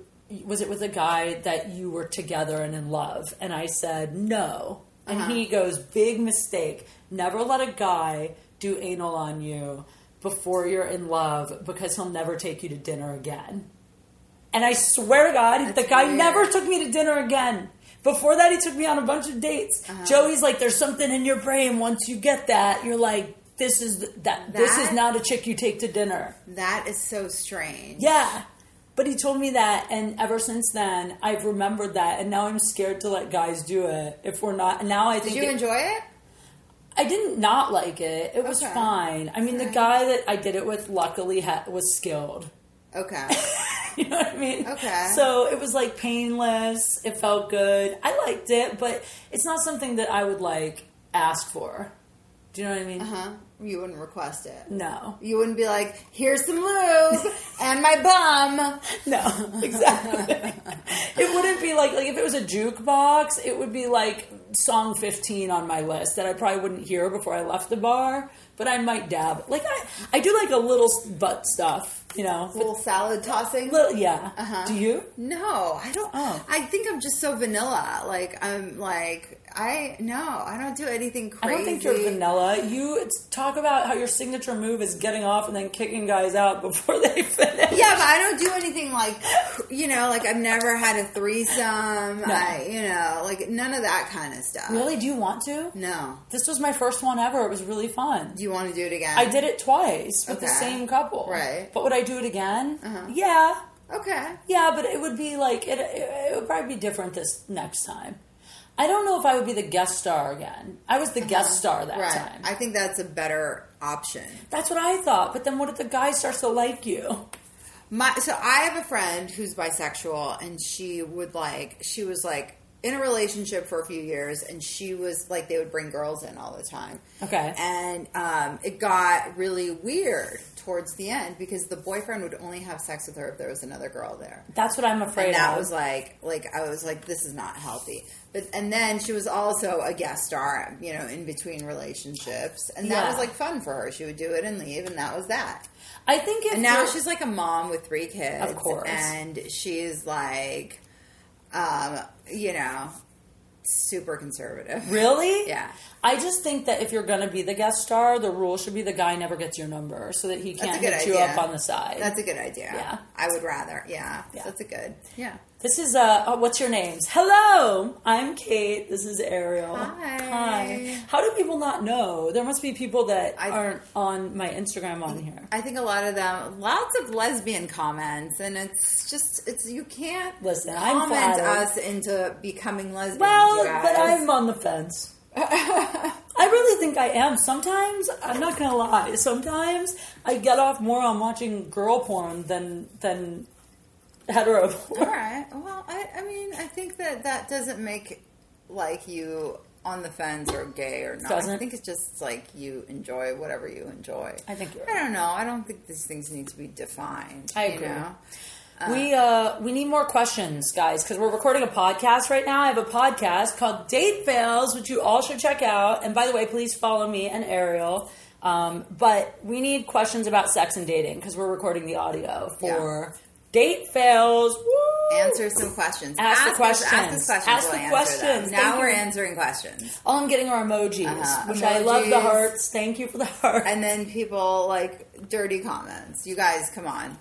A: was it with a guy that you were together and in love?" And I said, "No." And he
B: Uh-huh.
A: goes, "Big mistake. Never let a guy do anal on you." Before you're in love, because he'll never take you to dinner again. And I swear to God, the guy
B: weird.
A: never took me to dinner again. Before
B: Uh-huh.
A: that, he took me on a bunch of dates. Joey's like, there's something in your brain. Once you get that, you're like, this is th- that, this is
B: That-
A: not a chick you take to dinner.
B: That is so strange.
A: Yeah. But he told me that, and ever since then, I've remembered that, and now I'm scared to let guys do it if we're not. Now I think
B: Did you
A: it-
B: enjoy it?
A: I didn't not like it. It was
B: Okay.
A: fine. I mean, the guy that I did it with luckily ha- was skilled. *laughs*
B: Okay.
A: You know what I mean?
B: Okay.
A: So it was like painless. It felt good. I liked it, but it's not something that I would like ask for. Do you know what I mean?
B: huh? Uh-huh. You wouldn't request it.
A: No.
B: You wouldn't be like, here's some
A: *laughs*
B: lube and my bum.
A: No, *laughs* exactly. it wouldn't be like like if it was a jukebox, it would be like song 15 on my list that I probably wouldn't hear before I left the bar, but I might dab. Like I I do like a little s- butt stuff, you know. But
B: Little salad tossing.
A: little yeah.
B: Uh-huh.
A: Do you?
B: No, I don't.
A: Oh.
B: I think I'm just so vanilla. Like I'm like I no, I don't do anything
A: I
B: crazy.
A: don't think you're vanilla. You it's, talk about how your signature move is getting off and then kicking guys out *laughs* before they finish.
B: Yeah, but I don't do anything like you know, like I've never had a threesome. I you know, like none of that kind of stuff.
A: Really? Do you want to?
B: No.
A: This was my first one ever. It was really fun.
B: Do you want to do it again?
A: I did it twice with the
B: Okay.
A: same couple.
B: Right. Uh-huh.
A: But would I do it again? Yeah.
B: Okay.
A: Yeah, but it would be like, it, it, it would probably be different this next time. I don't know if I would be the guest star again. I was the guest star that
B: Uh-huh. right.
A: time.
B: I think that's a better option.
A: That's what I thought. But then what if the guy starts to like you?
B: My so I have a friend who's bisexual and she would like she was like in a relationship for a few years and she was like they would bring girls in all the time.
A: Okay.
B: And um, it got really weird towards the end because the boyfriend would only have sex with her if there was another girl there.
A: That's what I'm afraid
B: And that
A: of.
B: was like like I was like this is not healthy. But and then she was also a guest star, you know, in between relationships. And that
A: Yeah.
B: was like fun for her. She would do it and leave and that was that.
A: I think if
B: And now
A: you're-
B: she's like a mom with three kids.
A: Of course.
B: And she's like, um, you know, super conservative.
A: Really?
B: Yeah.
A: I just think that if you're going to be the guest star, the rule should be the guy never gets your number so that he
B: That's a
A: can't
B: good
A: hit
B: idea.
A: you up on the side.
B: That's a good idea.
A: Yeah.
B: I would rather. Yeah.
A: Yeah.
B: That's a good. Yeah.
A: this is, uh, oh, what's your names? Hello, I'm Kate. This is Ariel.
B: Hi.
A: Hi. How do people not know? There must be people that
B: I-
A: aren't on my Instagram on here.
B: I think a lot of them, lots of lesbian comments, and it's just, it's, you can't
A: Listen, I'm
B: comment
A: flattered.
B: us into becoming lesbians.
A: Well,
B: you
A: but *laughs*
B: guys.
A: I'm on the fence. I really think I am. Sometimes I'm not gonna lie. Sometimes I get off more on watching girl porn than than hetero porn.
B: All right. Well, I, I mean, I think that that doesn't make like you on the fence or gay or not. I
A: Doesn't.
B: think it's just like you enjoy whatever you enjoy.
A: I think you're
B: I don't know. I don't think these things need to be defined.
A: I
B: you
A: agree.
B: know?
A: we uh we need more questions, guys, because we're recording a podcast right now. I have a podcast called Date Fails, which you all should check out. And by the way, please follow me and Ariel. Um, but we need questions about sex and dating because we're recording the audio for Date Fails. Woo!
B: Answer some questions.
A: Ask the
B: us- ask
A: questions.
B: us questions.
A: Ask the
B: We'll answer them.
A: questions.
B: Now
A: Thank
B: we're
A: you.
B: answering questions.
A: Oh, I'm getting our emojis,
B: Uh-huh.
A: which I love the
B: Emojis.
A: hearts. Thank you for the heart.
B: And then people like dirty comments. You guys, come on.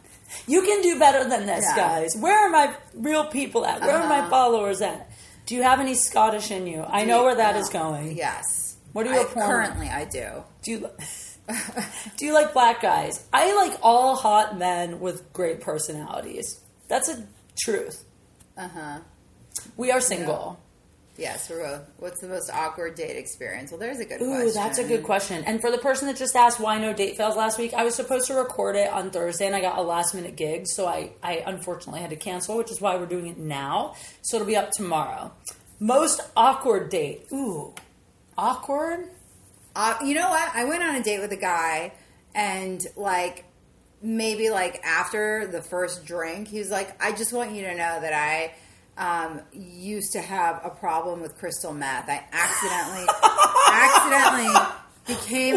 A: you can do better than this,
B: Yeah.
A: guys. Where are my real people at? Where are my
B: Uh-huh.
A: followers at? Do you have any Scottish in you? I know where that
B: Yeah.
A: is going.
B: Yes.
A: What are your
B: I-
A: porn-
B: Currently, I do.
A: Do you, *laughs* do you like black guys? I like all hot men with great personalities. That's a truth.
B: Uh
A: Uh-huh.
B: huh.
A: We are single.
B: Yes, we're both. What's the most awkward date experience? Well, there's a good
A: Ooh,
B: question.
A: that's a good question. And for the person that just asked why no date fails last week, I was supposed to record it on Thursday and I got a last minute gig, so I, I unfortunately had to cancel, which is why we're doing it now. So it'll be up tomorrow. Most awkward date. Ooh. Awkward?
B: Uh, you know what? I went on a date with a guy, and like maybe like after the first drink, he was like, "I just want you to know that I um, used to have a problem with crystal meth. I accidentally,
A: *laughs*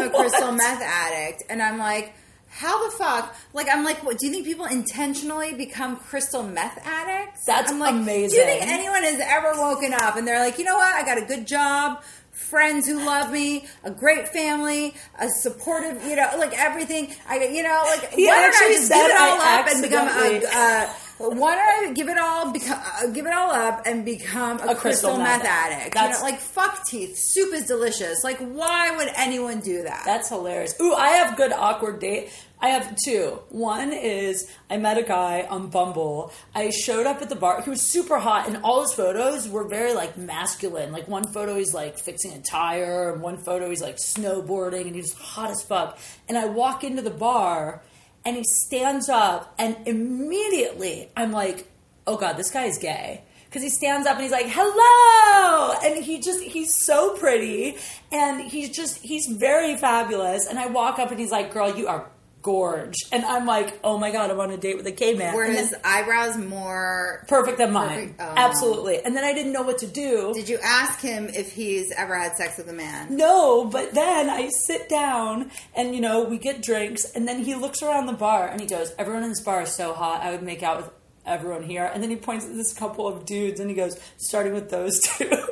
B: accidentally became a crystal meth addict." And I'm like. How the fuck? Like, I'm like, what? Do you think people intentionally become crystal meth addicts?
A: That's
B: I'm like, Do
A: amazing.
B: you think anyone has ever woken up and they're like, you know what? I got a good job, friends who love me, a great family, a supportive, you know, like everything. I, you know, like
A: He
B: why don't I
A: actually
B: just
A: said
B: give it all
A: I
B: up and become a,
A: accidentally-
B: a, Well, why don't I give it all become, uh, give it all up and become a, crystal, meth, addict? You
A: That's-
B: know, like fuck teeth. Soup is delicious. Like why would anyone do that?
A: That's hilarious. Ooh, I have good awkward date. I have two. One is I met a guy on Bumble. I showed up at the bar. He was super hot, and all his photos were very like masculine. Like one photo he's like fixing a tire, and one photo he's like snowboarding, and he's hot as fuck. And I walk into the bar, and he stands up, and immediately I'm like, oh god, this guy is gay. Because he stands up and he's like, hello! And he just, he's so pretty. And he's just, he's very fabulous. And I walk up and he's like, girl, you are gorge. And I'm like, oh my God, I'm on a date with a K man.
B: Were
A: And
B: his
A: then-
B: eyebrows more?
A: perfect than mine.
B: Perfect. Oh.
A: Absolutely. And then I didn't know what to do.
B: Did you ask him if he's ever had sex with a man?
A: no, but then I sit down and, you know, we get drinks. And then he looks around the bar and he goes, everyone in this bar is so hot. I would make out with everyone here. And then he points at this couple of dudes and he goes, starting with those two. *laughs*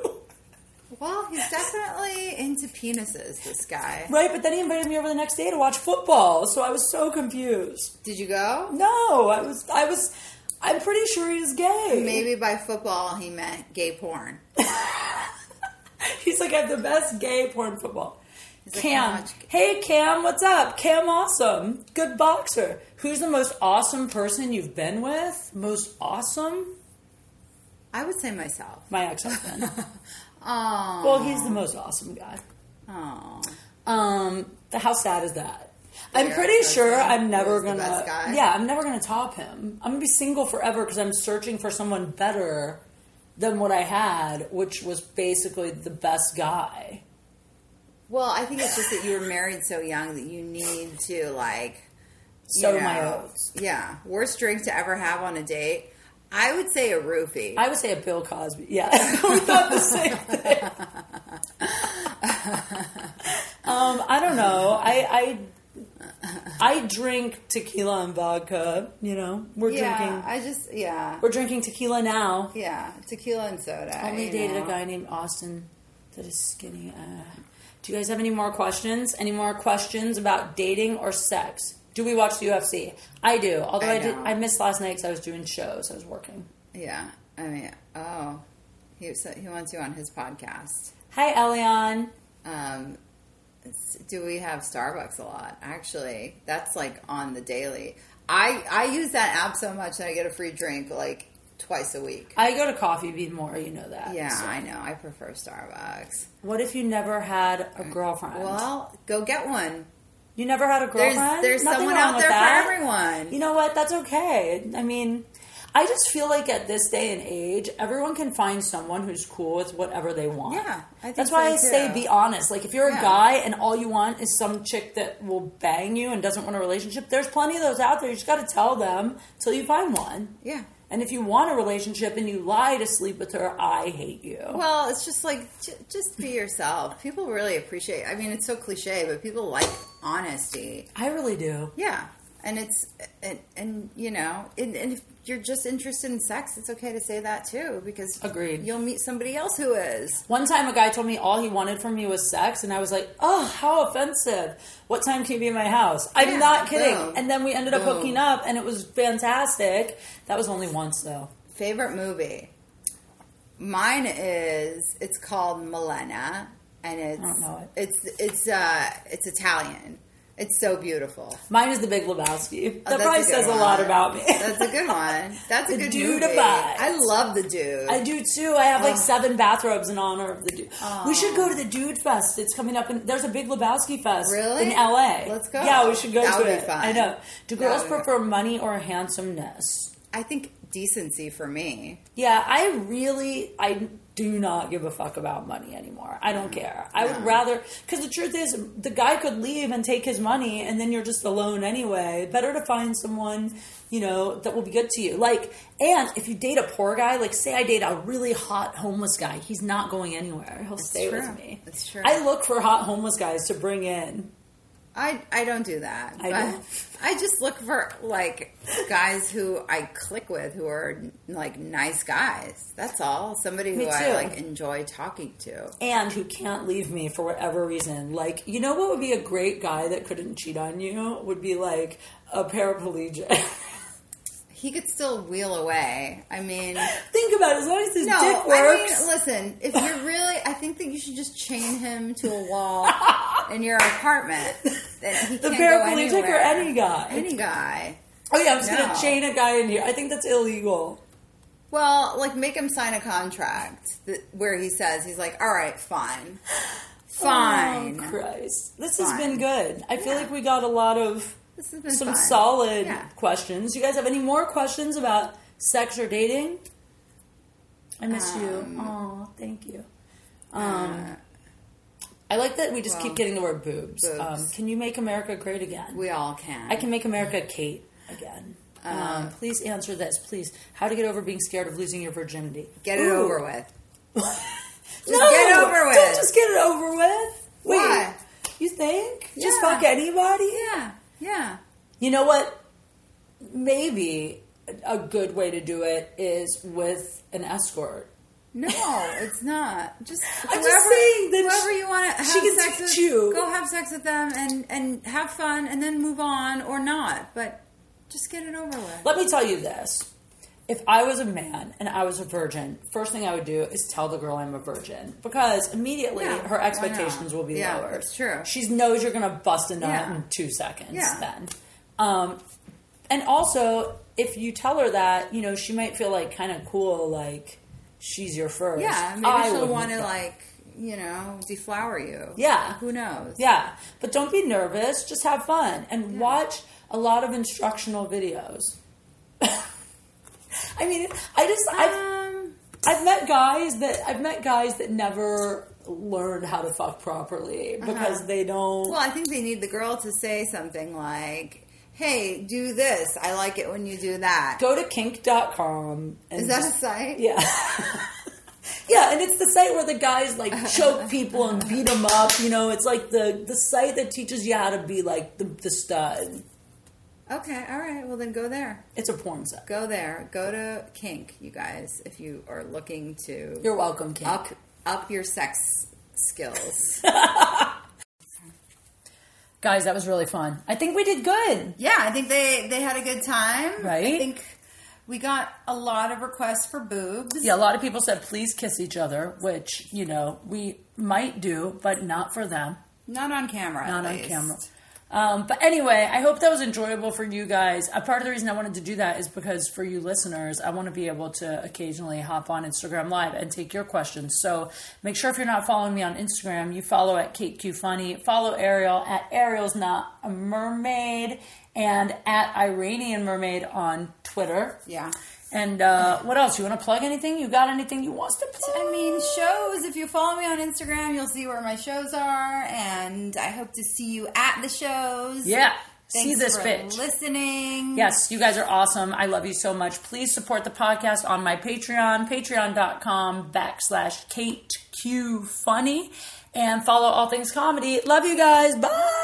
B: Well, he's definitely into penises. This guy.
A: Right, but then he invited me over the next day to watch football, so I was so confused.
B: Did you go?
A: No, I was, I was, I'm pretty sure he's gay.
B: Maybe by football he meant gay porn.
A: He's like, I have the best gay porn football.
B: like,
A: Cam,
B: how much-
A: hey Cam, what's up? Cam, awesome, good boxer. Who's the most awesome person you've been with? Most awesome?
B: I would say myself.
A: My
B: *laughs*
A: ex-husband. *laughs*
B: Oh.
A: well, he's the most awesome guy.
B: Oh.
A: Um, th- how sad is that? I'm
B: Yeah,
A: pretty
B: that's
A: sure
B: right.
A: I'm never
B: He's the
A: gonna.
B: best guy.
A: Yeah, I'm never gonna top him. I'm gonna be single forever because I'm searching for someone better than what I had, which was basically the best guy.
B: Well, I think it's just that you were married so young that you need to like you
A: So
B: know,
A: my oats.
B: Yeah, worst drink to ever have on a date. I would say a roofie.
A: I would say a Bill Cosby. Yeah, *laughs* we thought the same thing. *laughs* um, I don't know. I, I I drink tequila and vodka. You know, we're
B: yeah,
A: drinking.
B: I just yeah,
A: We're drinking tequila now.
B: yeah, tequila and soda.
A: I only
B: you
A: dated
B: know.
A: a guy named Austin that is skinny. Uh, do you guys have any more questions? Any more questions about dating or sex? Do we watch the UFC? I do. Although I,
B: I
A: did,
B: know.
A: I missed last night because I was doing shows. I was working.
B: Yeah, I mean, oh, he so he wants you on his podcast.
A: Hi, Elion.
B: Um, s- do we have Starbucks a lot? Actually, that's like on the daily. I I use that app so much that I get a free drink like twice a week.
A: I go to Coffee Bean more. You know that.
B: Yeah,
A: So-
B: I know. I prefer Starbucks.
A: What if you never had a girlfriend?
B: Well, go get one.
A: you never had a
B: There's
A: girlfriend.
B: there's
A: Nothing
B: someone
A: wrong
B: out
A: with
B: there
A: that.
B: for everyone.
A: You know what? That's okay. I mean, I just feel like at this day and age, everyone can find someone who's cool with whatever they want.
B: Yeah, I think
A: that's why
B: so,
A: I say
B: too.
A: be honest. Like if you're a
B: Yeah.
A: guy and all you want is some chick that will bang you and doesn't want a relationship, there's plenty of those out there. You just got to tell them till you find one.
B: yeah.
A: And if you want a relationship and you lie to sleep with her, I hate you.
B: Well, it's just like j- just be yourself. People really appreciate. I mean, it's so cliche, but people like honesty.
A: I really do.
B: Yeah, and it's and, and you know, and, and if you're just interested in sex, it's okay to say that too because
A: Agreed.
B: You'll meet somebody else who is.
A: One time a guy told me all he wanted from me was sex, and I was like, oh, how offensive. What time can you be in my house? I'm
B: Yeah,
A: not kidding.
B: boom.
A: And then we ended up
B: Boom.
A: hooking up, and it was fantastic. That was only once, though.
B: Favorite movie? Mine is it's called Milena and it's
A: don't know
B: it's it's uh it's Italian. It's so beautiful.
A: Mine is The Big Lebowski.
B: Oh,
A: That
B: that's
A: probably
B: a good
A: says
B: one.
A: a lot about me.
B: That's a good one. That's a
A: The
B: good
A: dude
B: movie.
A: abides.
B: I love the
A: *laughs*
B: dude.
A: I do too. I have
B: Oh.
A: like seven bathrobes in honor of the dude. We should go to the Dude Fest. It's coming up, and there's a Big Lebowski Fest
B: Really?
A: in LA.
B: Let's go.
A: Yeah, we should go
B: That
A: to
B: would be
A: it.
B: fun.
A: I know. Do
B: That
A: girls
B: would be-
A: prefer money or handsomeness?
B: I think decency for me.
A: Yeah, I really, I do not give a fuck about money anymore. I
B: Mm-hmm.
A: don't care. I would rather, because the truth is, the guy could leave and take his money, and then you're just alone anyway. Better to find someone, you know, that will be good to you. Like, and if you date a poor guy, like, say I date a really hot homeless guy, he's not going anywhere. He'll stay
B: true.
A: with me.
B: That's true.
A: I look for hot homeless guys to bring in.
B: I I don't do that.
A: I
B: but
A: don't.
B: I just look for like guys who I click with who are like nice guys. That's all. Somebody who
A: Me
B: I
A: too.
B: like enjoy talking to.
A: and who can't leave me for whatever reason. Like, you know what would be a great guy that couldn't cheat on you? Would be like a paraplegic.
B: he could still wheel away. I mean,
A: *laughs* Think about it. As long as his
B: no,
A: dick
B: I
A: works.
B: mean, listen, if you're really, I think that you should just chain him to
A: *laughs*
B: a wall in your apartment. That he
A: the
B: can't go
A: paraplegic or
B: anywhere.
A: any guy.
B: Any guy.
A: Oh yeah, I'm just gonna
B: No.
A: chain a guy in here. I think that's illegal.
B: Well, like make him sign a contract that, where he says he's like, all right, *gasps* fine, fine.
A: Oh, Christ, this has
B: Fine.
A: been good. I feel
B: Yeah.
A: like we got a lot of
B: this has been
A: some
B: fun.
A: solid
B: Yeah.
A: questions. You guys have any more questions about sex or dating? I miss you. Oh, thank you. Um, I like that we just keep
B: well,
A: getting the word boobs. Um,
B: boobs.
A: can you make America great again?
B: We Uh, all can.
A: I can make America Kate again. Um, please answer this, please. How to get over being scared of losing your virginity?
B: get it
A: Ooh.
B: over
A: *laughs*
B: with.
A: No,
B: get it over
A: Don't
B: with.
A: just get it over with. Wait,
B: Why?
A: you think? Just
B: Yeah.
A: fuck anybody?
B: Yeah, yeah.
A: You know what? Maybe a good way to do it is with an escort.
B: *laughs* No, it's not. Just
A: I'm
B: whoever,
A: just saying that
B: whoever
A: she-
B: you want to have
A: she can
B: sex
A: teach
B: with,
A: you.
B: go have sex with them and and have fun, and then move on or not. But just get it over with.
A: Let me tell you this. If I was a man and I was a virgin, first thing I would do is tell the girl I'm a virgin because immediately
B: Yeah,
A: her
B: why not?
A: expectations will be
B: Yeah,
A: lower.
B: that's true.
A: She knows you're going to bust a nut
B: Yeah.
A: in two seconds
B: Yeah.
A: then. Um, and also, if you tell her that, you know, she might feel like kind of cool, like she's your first.
B: Yeah, maybe
A: I
B: she'll
A: wouldn't
B: want to
A: though.
B: like you know deflower you.
A: Yeah.
B: who knows?
A: Yeah, but don't be nervous. Just have fun and watch a lot of instructional videos. *laughs* I mean, I just I've,
B: Um,
A: I've met guys that I've met guys that never learned how to fuck properly because they don't.
B: Uh-huh. well, I think they need the girl to say something like, "Hey, do this. I like it when you do that."
A: Go to kink.com and
B: Is that a
A: just- *laughs*
B: site?
A: yeah. Yeah, and it's the site where the guys like
B: *laughs*
A: choke people and beat them up. You know, it's like the the site that teaches you how to be like the, the stud.
B: Okay. All right. Well, then go there.
A: It's a porn site.
B: Go there. Go to Kink, you guys, if you are looking to
A: You're welcome, Kink.
B: up up your sex skills. *laughs*
A: Guys, that was really fun. I think we did good.
B: yeah, I think they they had a good time.
A: Right?
B: I think we got a lot of requests for boobs.
A: Yeah, a lot of people said please kiss each other, which, you know, we might do, but not for them,
B: Not on camera. at
A: not on
B: least.
A: camera. Um, but anyway, I hope that was enjoyable for you guys. A part of the reason I wanted to do that is because for you listeners, I want to be able to occasionally hop on Instagram Live and take your questions. So make sure if you're not following me on Instagram, you follow at Kate Q Funny, follow Ariel at Ariel's Not a Mermaid, and at Iranian Mermaid on Twitter.
B: Yeah.
A: And uh, what else? You want to plug anything? You got anything you want to plug?
B: I mean, shows. If you follow me on Instagram, you'll see where my shows are, and I hope to see you at the shows.
A: yeah.
B: Thanks
A: See this
B: for
A: bitch.
B: listening.
A: Yes, you guys are awesome. I love you so much. Please support the podcast on my Patreon, patreon.com backslash Kate Q Funny, and follow All Things Comedy. Love you guys. Bye.